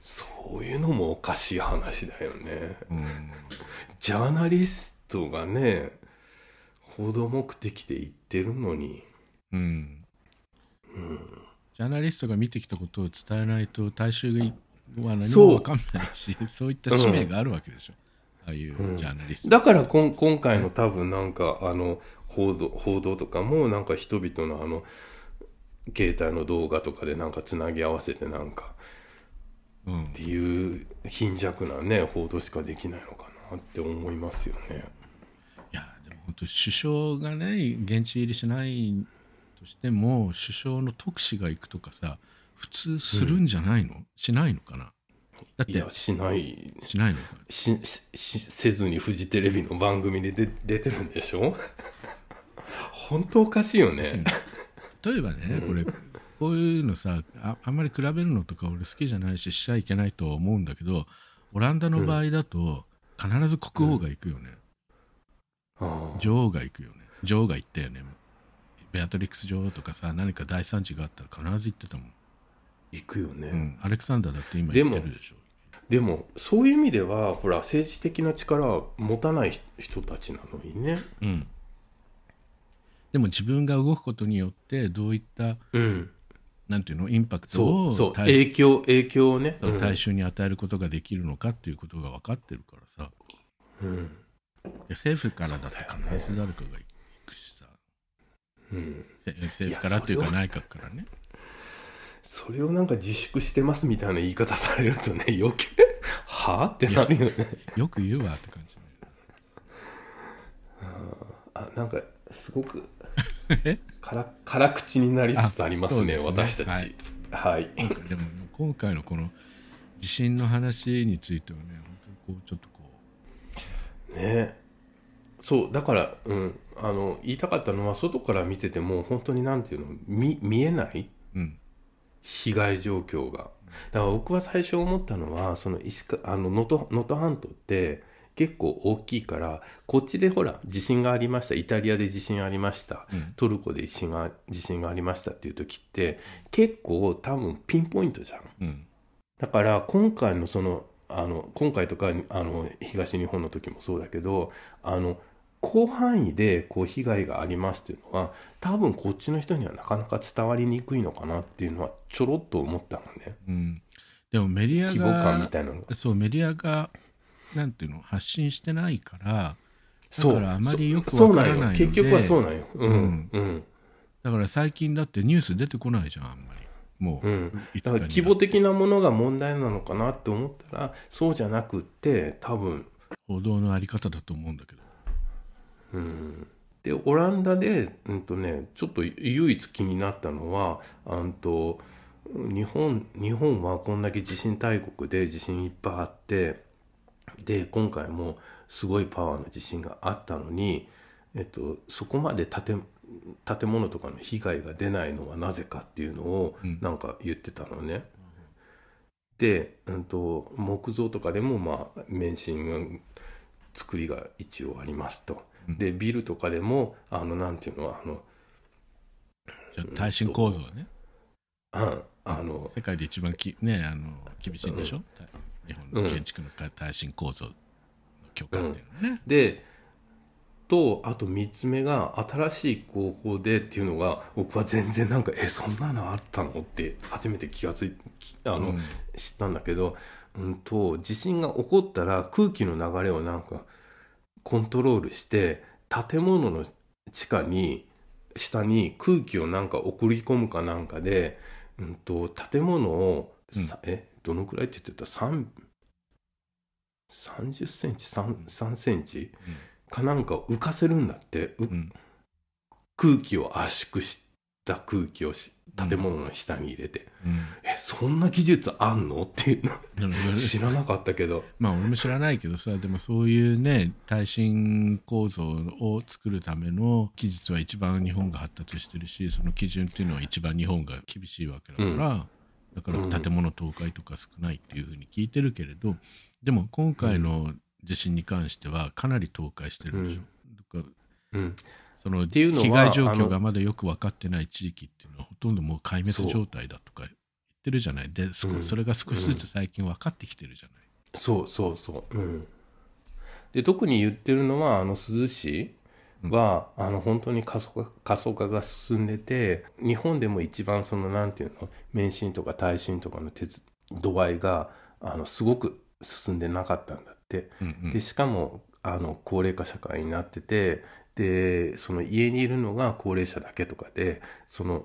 Speaker 2: そういうのもおかしい話だよね。
Speaker 1: うん
Speaker 2: ジャーナリストがね、報道目的で言ってるのに、
Speaker 1: うんジャーナリストが見てきたことを伝えないと大衆がは何
Speaker 2: そう
Speaker 1: も分かんないしそういった使命があるわけでしょ、ああいうジャーナリスト、
Speaker 2: だからこん今回の多分なんかあの報道報道とかもなんか人々のあの携帯の動画とかでなんかつなぎ合わせてなんか
Speaker 1: うん
Speaker 2: っていう貧弱なね報道しかできないのかなって思いますよね。
Speaker 1: いやでも本当首相がね現地入りしないとしても首相の特使が行くとかさ普通するんじゃないの、しないのかなだっ
Speaker 2: い
Speaker 1: て
Speaker 2: やしない
Speaker 1: しないのかな
Speaker 2: しししせずにフジテレビの番組に出出てるんでしょ本当おかしいよね。
Speaker 1: 例えばねこれこういうのさああんまり比べるのとか俺好きじゃないししちゃいけないと思うんだけどオランダの場合だと必ず国王が行くよね、
Speaker 2: ああ
Speaker 1: 女王が行くよね女王が行ったよねベアトリックス女王とかさ何か大惨事があったら必ず行ってたもん、
Speaker 2: 行くよね。
Speaker 1: うん、アレクサンダーだって今行ってるでしょ
Speaker 2: でもそういう意味ではほら政治的な力は持たない人たちなのにね。
Speaker 1: うん、でも自分が動くことによってどういった
Speaker 2: うん、
Speaker 1: なんていうのインパクト
Speaker 2: そ
Speaker 1: を
Speaker 2: うそう
Speaker 1: 大
Speaker 2: 影響影響をね。
Speaker 1: そう
Speaker 2: うん
Speaker 1: 大衆に与えることができるのかっていうことが分かってるからさ
Speaker 2: うん
Speaker 1: いや政府からだって
Speaker 2: そうだよね
Speaker 1: 必ず誰かが行くしさ、
Speaker 2: うん
Speaker 1: せ政府からっていうか
Speaker 2: そ
Speaker 1: 内閣からね
Speaker 2: それをなんか自粛してますみたいな言い方されるとね余計 はあってなるよね。
Speaker 1: よく言うわって感じ、
Speaker 2: あなんかすごく
Speaker 1: え
Speaker 2: 辛辛口になりつつありますね
Speaker 1: あそうで
Speaker 2: 私
Speaker 1: すね
Speaker 2: たち。はい、
Speaker 1: なんかでも今回のこの地震の話についてはね本当にこうちょっとこ
Speaker 2: ねそうだから、うん、あの言いたかったのは外から見てても本当になんていうの見見えないう
Speaker 1: うん
Speaker 2: 被害状況がだから僕は最初思ったのはその石川あの能登能登半島って結構大きいからこっちでほら地震がありましたイタリアで地震ありました、
Speaker 1: うん
Speaker 2: トルコで地震が地震がありましたっていう時って結構多分ピンポイントじゃん
Speaker 1: うん
Speaker 2: だから今回のそのあの今回とかあの東日本の時もそうだけどあの広範囲でこう被害がありますっていうのは多分こっちの人にはなかなか伝わりにくいのかなっていうのはちょろっと思ったのね
Speaker 1: うんでもメディアが
Speaker 2: 規模感みたいなのが
Speaker 1: そうメディアがなんていうの発信してないから
Speaker 2: そう
Speaker 1: だからあまりよく
Speaker 2: そう
Speaker 1: わからない
Speaker 2: そう
Speaker 1: の
Speaker 2: なん
Speaker 1: で
Speaker 2: よ結局はそうなんようんうん、
Speaker 1: だから最近だってニュース出てこないじゃんあんまりもう、
Speaker 2: うん
Speaker 1: いつ
Speaker 2: だ
Speaker 1: か
Speaker 2: から
Speaker 1: にな
Speaker 2: 規模的なものが問題なのかなって思ったらそうじゃなくって多分
Speaker 1: 報道のあり方だと思うんだけど
Speaker 2: うんでオランダで、うんとね、ちょっと唯一気になったのはあんと日本日本はこんだけ地震大国で地震いっぱいあってで今回もすごいパワーの地震があったのに、えっと、そこまで建建物とかの被害が出ないのはなぜかっていうのを
Speaker 1: うん
Speaker 2: なんか言ってたのね。で、うん、と木造とかでもまあ免震作りが一応ありますと。でビルとかでもあのなんていうのはあの
Speaker 1: じゃあ耐震構造はね
Speaker 2: ああの
Speaker 1: 世界で一番き、ね、あの厳しいんでしょ、た日本
Speaker 2: う
Speaker 1: の
Speaker 2: ん
Speaker 1: 建築の耐震構造の許可っていうのね、
Speaker 2: でとあと3つ目が新しい工法でっていうのが僕は全然なんかえそんなのあったのって初めて気がついきあの、
Speaker 1: うん
Speaker 2: 知ったんだけど、うん、と地震が起こったら空気の流れをなんかコントロールして建物の地下に下に空気をなんか送り込むかなんかで、うん、と建物をさ、えどのくらいって言ってた3 30センチ3 3センチ
Speaker 1: うん
Speaker 2: かなんか浮かせるんだって、
Speaker 1: う
Speaker 2: う
Speaker 1: ん
Speaker 2: 空気を圧縮した空気をし建物の下に入れて、
Speaker 1: うん
Speaker 2: えそんな技術あんのっていうの
Speaker 1: なるほど
Speaker 2: 知らなかったけど
Speaker 1: まあ俺も知らないけどさでもそういうね耐震構造を作るための技術は一番日本が発達してるしその基準っていうのは一番日本が厳しいわけだから、だから建物倒壊とか少ないっていうふうに聞いてるけれどでも今回の地震に関してはかなり倒壊してるでしょ。だから
Speaker 2: うん
Speaker 1: その
Speaker 2: ていうのは
Speaker 1: 被害状
Speaker 2: あ
Speaker 1: 況
Speaker 2: の
Speaker 1: がまだよく分かってない地域っていうのはほとんどもう壊滅状態だとか言ってるじゃないで、そ
Speaker 2: うん
Speaker 1: それが少しずつ最近分かってきてるじゃない。
Speaker 2: そうそうそう。うん、で特に言ってるのはあの珠洲市は、あの本当に過疎化過疎化が進んでて日本でも一番そのなんていうの免震とか耐震とかの鉄度合いがあのすごく進んでなかったんだって。
Speaker 1: うんうん
Speaker 2: でしかもあの高齢化社会になっててでその家にいるのが高齢者だけとかでその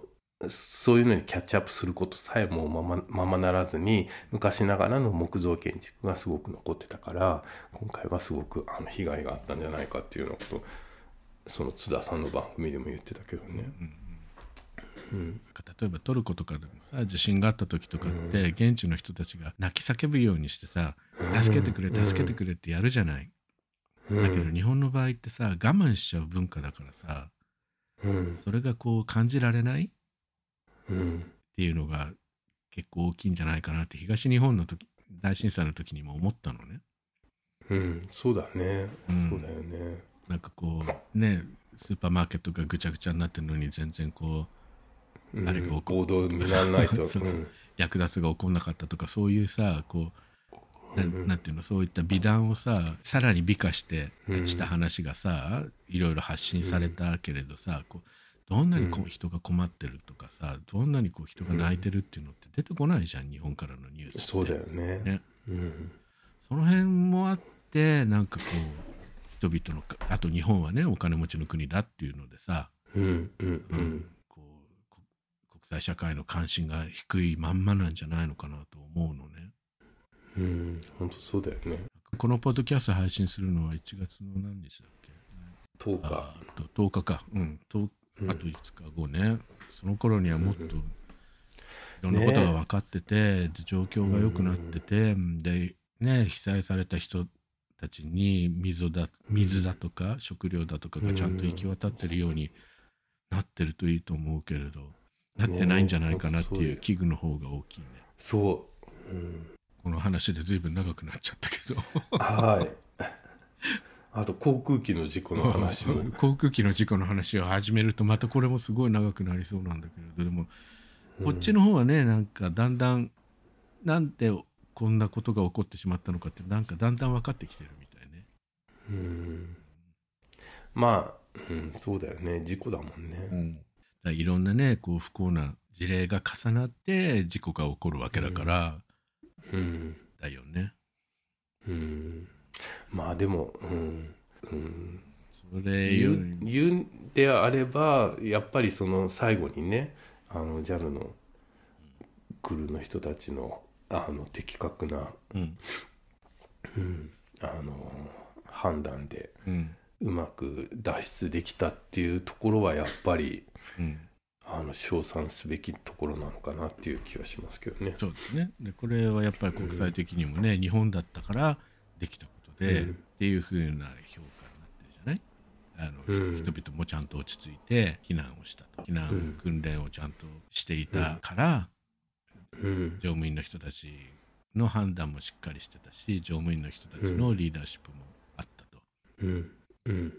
Speaker 2: そういうのにキャッチアップすることさえもままままならずに昔ながらの木造建築がすごく残ってたから今回はすごくあの被害があったんじゃないかっていうようなことをその津田さんの番組でも言ってたけどね。
Speaker 1: 例えばトルコとかでもさ地震があった時とかって現地の人たちが泣き叫ぶようにしてさ「助けてくれ助けてくれ」ってやるじゃない。
Speaker 2: うん
Speaker 1: だけど日本の場合ってさ我慢しちゃう文化だからさ
Speaker 2: うん
Speaker 1: それがこう感じられないっ
Speaker 2: うん
Speaker 1: ていうのが結構大きいんじゃないかなって東日本の時大震災の時にも思ったのね。
Speaker 2: うん、そうだね、
Speaker 1: うん
Speaker 2: そうだよね。
Speaker 1: なんかこうねスーパーマーケットがぐちゃぐちゃになってるのに全然こう
Speaker 2: うん、
Speaker 1: 誰かを
Speaker 2: 行動にならないと。
Speaker 1: そうそう
Speaker 2: うん
Speaker 1: 略奪が起こんなかったとかそういうさこうな
Speaker 2: うんうん
Speaker 1: なんていうのそういった美談をささらに美化して
Speaker 2: うん
Speaker 1: した話がさいろいろ発信されたけれどさこうどんなにこう人が困ってるとかさどんなにこう人が泣いてるっていうのって出てこないじゃん日本からのニュースって
Speaker 2: そうだよね。
Speaker 1: ね
Speaker 2: うん
Speaker 1: その辺もあってなんかこう人々のかあと日本はねお金持ちの国だっていうのでさ
Speaker 2: うんうんうん
Speaker 1: こうこ国際社会の関心が低いまんまなんじゃないのかなと思うのね。
Speaker 2: うん本当そうだよね
Speaker 1: このポッドキャスト配信するのは1月の何日だっけ
Speaker 2: 10
Speaker 1: あ
Speaker 2: 日
Speaker 1: ーと10日か、うん、と
Speaker 2: うん
Speaker 1: あと5日後ね、その頃にはもっといろんなことが分かってて、で状況が良くなってて、で、ね、被災された人たちに水だ水だとか食料だとかがちゃんと行き渡ってるようになってるといいと思うけれど、なってないんじゃないかなっていう危惧の方が大きいね。
Speaker 2: そう、うん、
Speaker 1: この話で随分長くなっちゃったけど。
Speaker 2: はい あと航空機の事故の話も
Speaker 1: 航空機の事故の話を始めるとまたこれもすごい長くなりそうなんだけれどでもこっちの方はねなんかだんだんなんでこんなことが起こってしまったのかってなんかだんだん分かってきてるみたいね。
Speaker 2: うんまあ、うん、そうだよね事故だもん
Speaker 1: う
Speaker 2: ね
Speaker 1: ん、いろんなねこう不幸な事例が重なって事故が起こるわけだから、
Speaker 2: うん
Speaker 1: だよね。
Speaker 2: うんまあでもうんうん
Speaker 1: それよ
Speaker 2: 言
Speaker 1: り
Speaker 2: う言うんであればやっぱりその最後にねあの JAL のクルーの人たちのあの的確な
Speaker 1: うん
Speaker 2: あの判断で
Speaker 1: うん
Speaker 2: うまく脱出できたっていうところはやっぱり
Speaker 1: うん
Speaker 2: あの称賛すべきところなのかなっていう気はしますけどね。
Speaker 1: そうですねでこれはやっぱり国際的にもね、日本だったからできたことで、
Speaker 2: うん
Speaker 1: っていう風な評価になってるじゃないあの、
Speaker 2: うん
Speaker 1: 人々もちゃんと落ち着いて避難をしたと避難訓練をちゃんとしていたから、
Speaker 2: うん
Speaker 1: 乗務員の人たちの判断もしっかりしてたし乗務員の人たちのリーダーシップもあったと。
Speaker 2: うんうん、
Speaker 1: で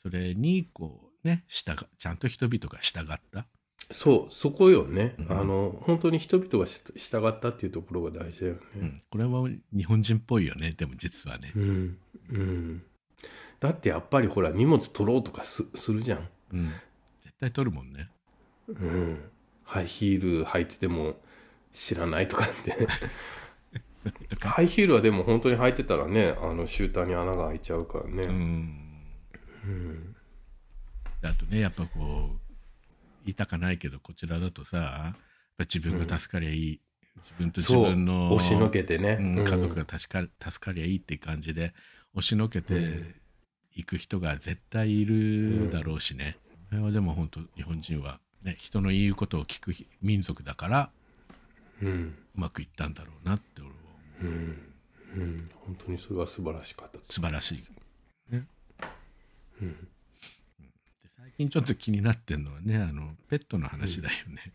Speaker 1: それにこうね従ちゃんと人々が従った。
Speaker 2: そうそこよね、
Speaker 1: うん
Speaker 2: あの本当に人々がし従ったっていうところが大事だよね。
Speaker 1: うん、これは日本人っぽいよねでも実はね。
Speaker 2: うんうん、だってやっぱりほら荷物取ろうとかすするじゃん。
Speaker 1: うん、絶対取るもんね。
Speaker 2: うん、ハイヒール履いてても知らないとかって ハイヒールはでも本当に履いてたらねあのシューターに穴が開いちゃうからね、
Speaker 1: うんあとねやっぱこう言いたかないけどこちらだとさやっぱ自分が助かりゃいい、自分と自
Speaker 2: そう
Speaker 1: 分の
Speaker 2: 押しのけてね、
Speaker 1: うん
Speaker 2: うん
Speaker 1: 家族が助か助かりゃいいって感じで押しのけていく人が絶対いるだろうしね、これはでも本当日本人はね、人の言うことを聞く民族だから
Speaker 2: うん
Speaker 1: うまくいったんだろうなって俺は
Speaker 2: うんうん本当にそれは素晴らしかったです
Speaker 1: 素晴らしい。
Speaker 2: うん
Speaker 1: で最近ちょっと気になってるのはねあのペットの話だよね、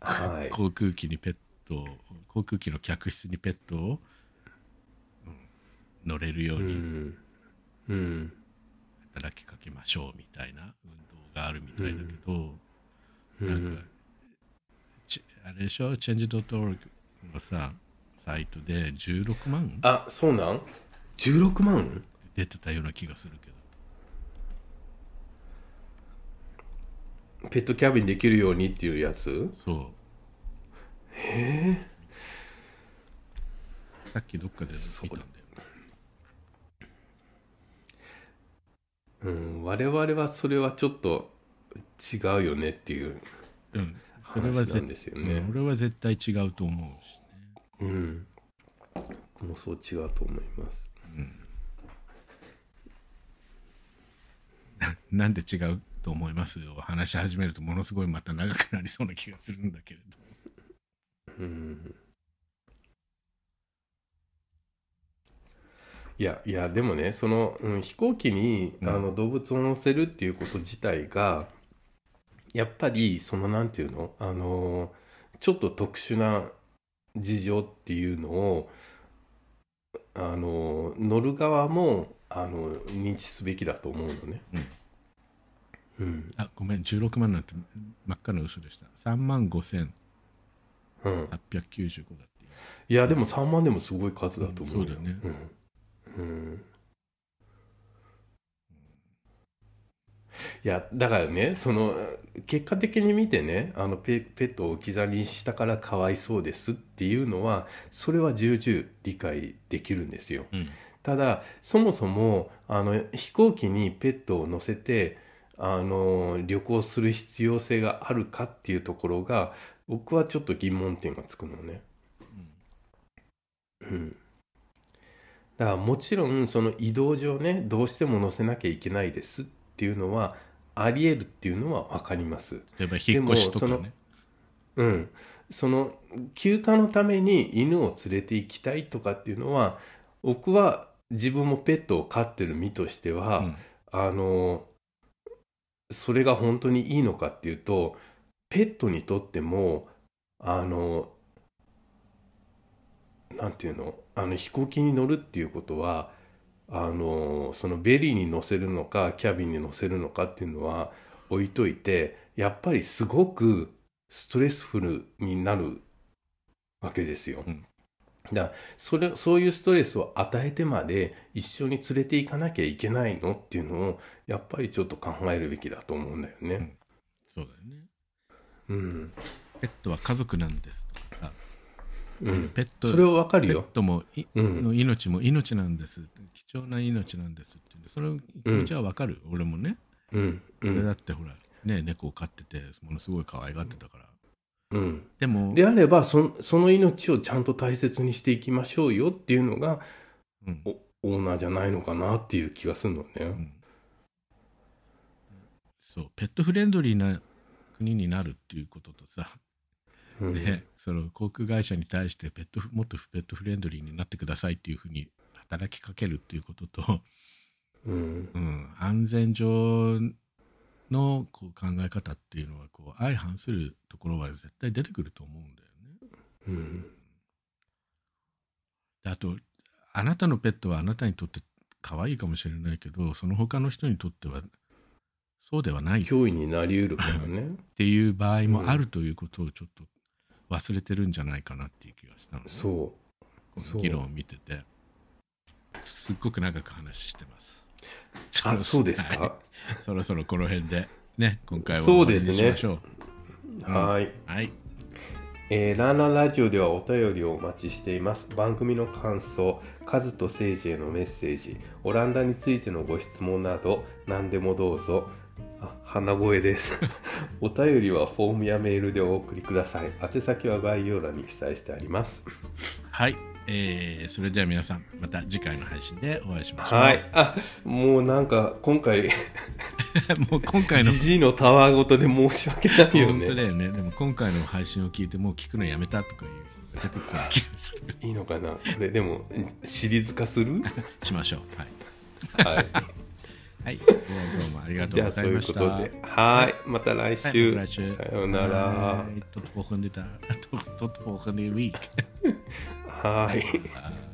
Speaker 2: はい
Speaker 1: 航空機にペットを航空機の客室にペットを、うん乗れるよう
Speaker 2: う
Speaker 1: に
Speaker 2: んうん
Speaker 1: 働きかけましょうみたいな運動があるみたいだけど、
Speaker 2: う
Speaker 1: なんか
Speaker 2: ん
Speaker 1: ちあれでしょ change.org のさサイトで16万
Speaker 2: あそうなん16万
Speaker 1: 出てたような気がするけど
Speaker 2: ペットキャビンできるようにっていうやつ
Speaker 1: そうへえさっきどっかで見たんだよね
Speaker 2: うん我々はそれはちょっと違うよねっていう
Speaker 1: うんそれは
Speaker 2: 話なん
Speaker 1: 絶
Speaker 2: ですよ
Speaker 1: う
Speaker 2: ね
Speaker 1: ん俺は絶対違うと思うし
Speaker 2: うん僕もそう違うと思います
Speaker 1: なんで違うと思いますを話し始めるとものすごいまた長くなりそうな気がするんだけれど
Speaker 2: うんいやいやでもねその、うん、飛行機に
Speaker 1: うん
Speaker 2: あの動物を乗せるっていうこと自体がやっぱりそのなんていうのあのちょっと特殊な事情っていうのをあの乗る側もあの認知すべきだと思うのね。うん
Speaker 1: あごめん16万なんて真っ赤な嘘でした3万5895
Speaker 2: うん、
Speaker 1: だっていう
Speaker 2: いやでも3万でもすごい数だと思うよ。
Speaker 1: そうだよね
Speaker 2: うんうんいやだからねその結果的に見てねあのペペットを置き去りにしたからかわいそうですっていうのはそれは重々理解できるんですよ。
Speaker 1: うん
Speaker 2: ただそもそもあの飛行機にペットを乗せてあの旅行する必要性があるかっていうところが僕はちょっと疑問点がつくのね。うんだからもちろんその移動上ねどうしても乗せなきゃいけないですっていうのはありえるっていうのは分かります。
Speaker 1: 例えば引っ越しとか
Speaker 2: でも
Speaker 1: ね
Speaker 2: うん、その休暇のために犬を連れて行きたいとかっていうのは僕は自分もペットを飼ってる身としては、
Speaker 1: うん
Speaker 2: あのそれが本当にいいのかっていうとペットにとってもあのなんていうのあの飛行機に乗るっていうことはあのそのベリーに乗せるのかキャビンに乗せるのかっていうのは置いといてやっぱりすごくストレスフルになるわけですよ。
Speaker 1: うん
Speaker 2: だからそれそういうストレスを与えてまで一緒に連れて行かなきゃいけないのっていうのをやっぱりちょっと考えるべきだと思うんだよね。
Speaker 1: そうだよね
Speaker 2: うん、
Speaker 1: ペットは家族なんですとかさ
Speaker 2: うん、
Speaker 1: ペット
Speaker 2: それはわかる
Speaker 1: ペッ
Speaker 2: よ。
Speaker 1: トもい
Speaker 2: うん
Speaker 1: の命も命なんです貴重な命なんですっていうんでその気持ちはわかる、俺もね
Speaker 2: うん、う
Speaker 1: 俺だ
Speaker 2: ん、
Speaker 1: ってほらね猫を飼っててものすごい可愛がってたから、
Speaker 2: うん。
Speaker 1: でも
Speaker 2: であればそ、その命をちゃんと大切にしていきましょうよっていうのが
Speaker 1: うん
Speaker 2: おオーナーじゃないのかなっていう気がするの
Speaker 1: う
Speaker 2: ね。
Speaker 1: んそうペットフレンドリーな国になるっていうこととさ、
Speaker 2: うん、
Speaker 1: ねその航空会社に対してペットもっとペットフレンドリーになってくださいっていうふうに働きかけるっていうことと、
Speaker 2: うん、
Speaker 1: うん、安全上のこう考え方っていうのはこう相反するところは絶対出てくると思うんだよね。
Speaker 2: うん、
Speaker 1: であとあなたのペットはあなたにとって可愛いかもしれないけどその他の人にとってはそうではないっ
Speaker 2: 脅威になりうるからね。
Speaker 1: ていう場合もあるということをちょっと忘れてるんじゃないかなっていう気がしたのね、
Speaker 2: そ
Speaker 1: こ
Speaker 2: そ
Speaker 1: の
Speaker 2: う
Speaker 1: 議論を見ててすっごく長く話してます
Speaker 2: う。あ、そうですか。
Speaker 1: そろそろこの辺でね今回は
Speaker 2: そうですね
Speaker 1: 終わりにしましょう
Speaker 2: はい。
Speaker 1: はい
Speaker 2: えーラーナーラジオではお便りをお待ちしています。番組の感想、カズとセイジへのメッセージ、オランダについてのご質問など、何でもどうぞ。あ、鼻声です。 お便りはフォームやメールでお送りください。宛先は概要欄に記載してあります。
Speaker 1: はいえーそれでは皆さんまた次回の配信でお会いしましょう。
Speaker 2: はい。あ、もうなんか、今回、
Speaker 1: もう今回の
Speaker 2: ジジイのタワーごとで申し訳ない
Speaker 1: 本
Speaker 2: よ
Speaker 1: 当
Speaker 2: ね。
Speaker 1: だよね。でも今回の配信を聞いてもう聞くのやめたとかいう人出てきそうな気がする。
Speaker 2: いいのかなこれでも、シリーズ化する
Speaker 1: しましょう。はい。
Speaker 2: はい。
Speaker 1: はい。ではどうもありがと
Speaker 2: じ
Speaker 1: う
Speaker 2: ゃ
Speaker 1: ご
Speaker 2: あ、
Speaker 1: ざ
Speaker 2: そ
Speaker 1: い
Speaker 2: うい
Speaker 1: ま
Speaker 2: うこ
Speaker 1: した。
Speaker 2: とで。はい。また来週。
Speaker 1: はいまた来週
Speaker 2: さようなら
Speaker 1: は。い Tot volgende dag. Tot, tot volgende week.
Speaker 2: はい。
Speaker 1: Bye.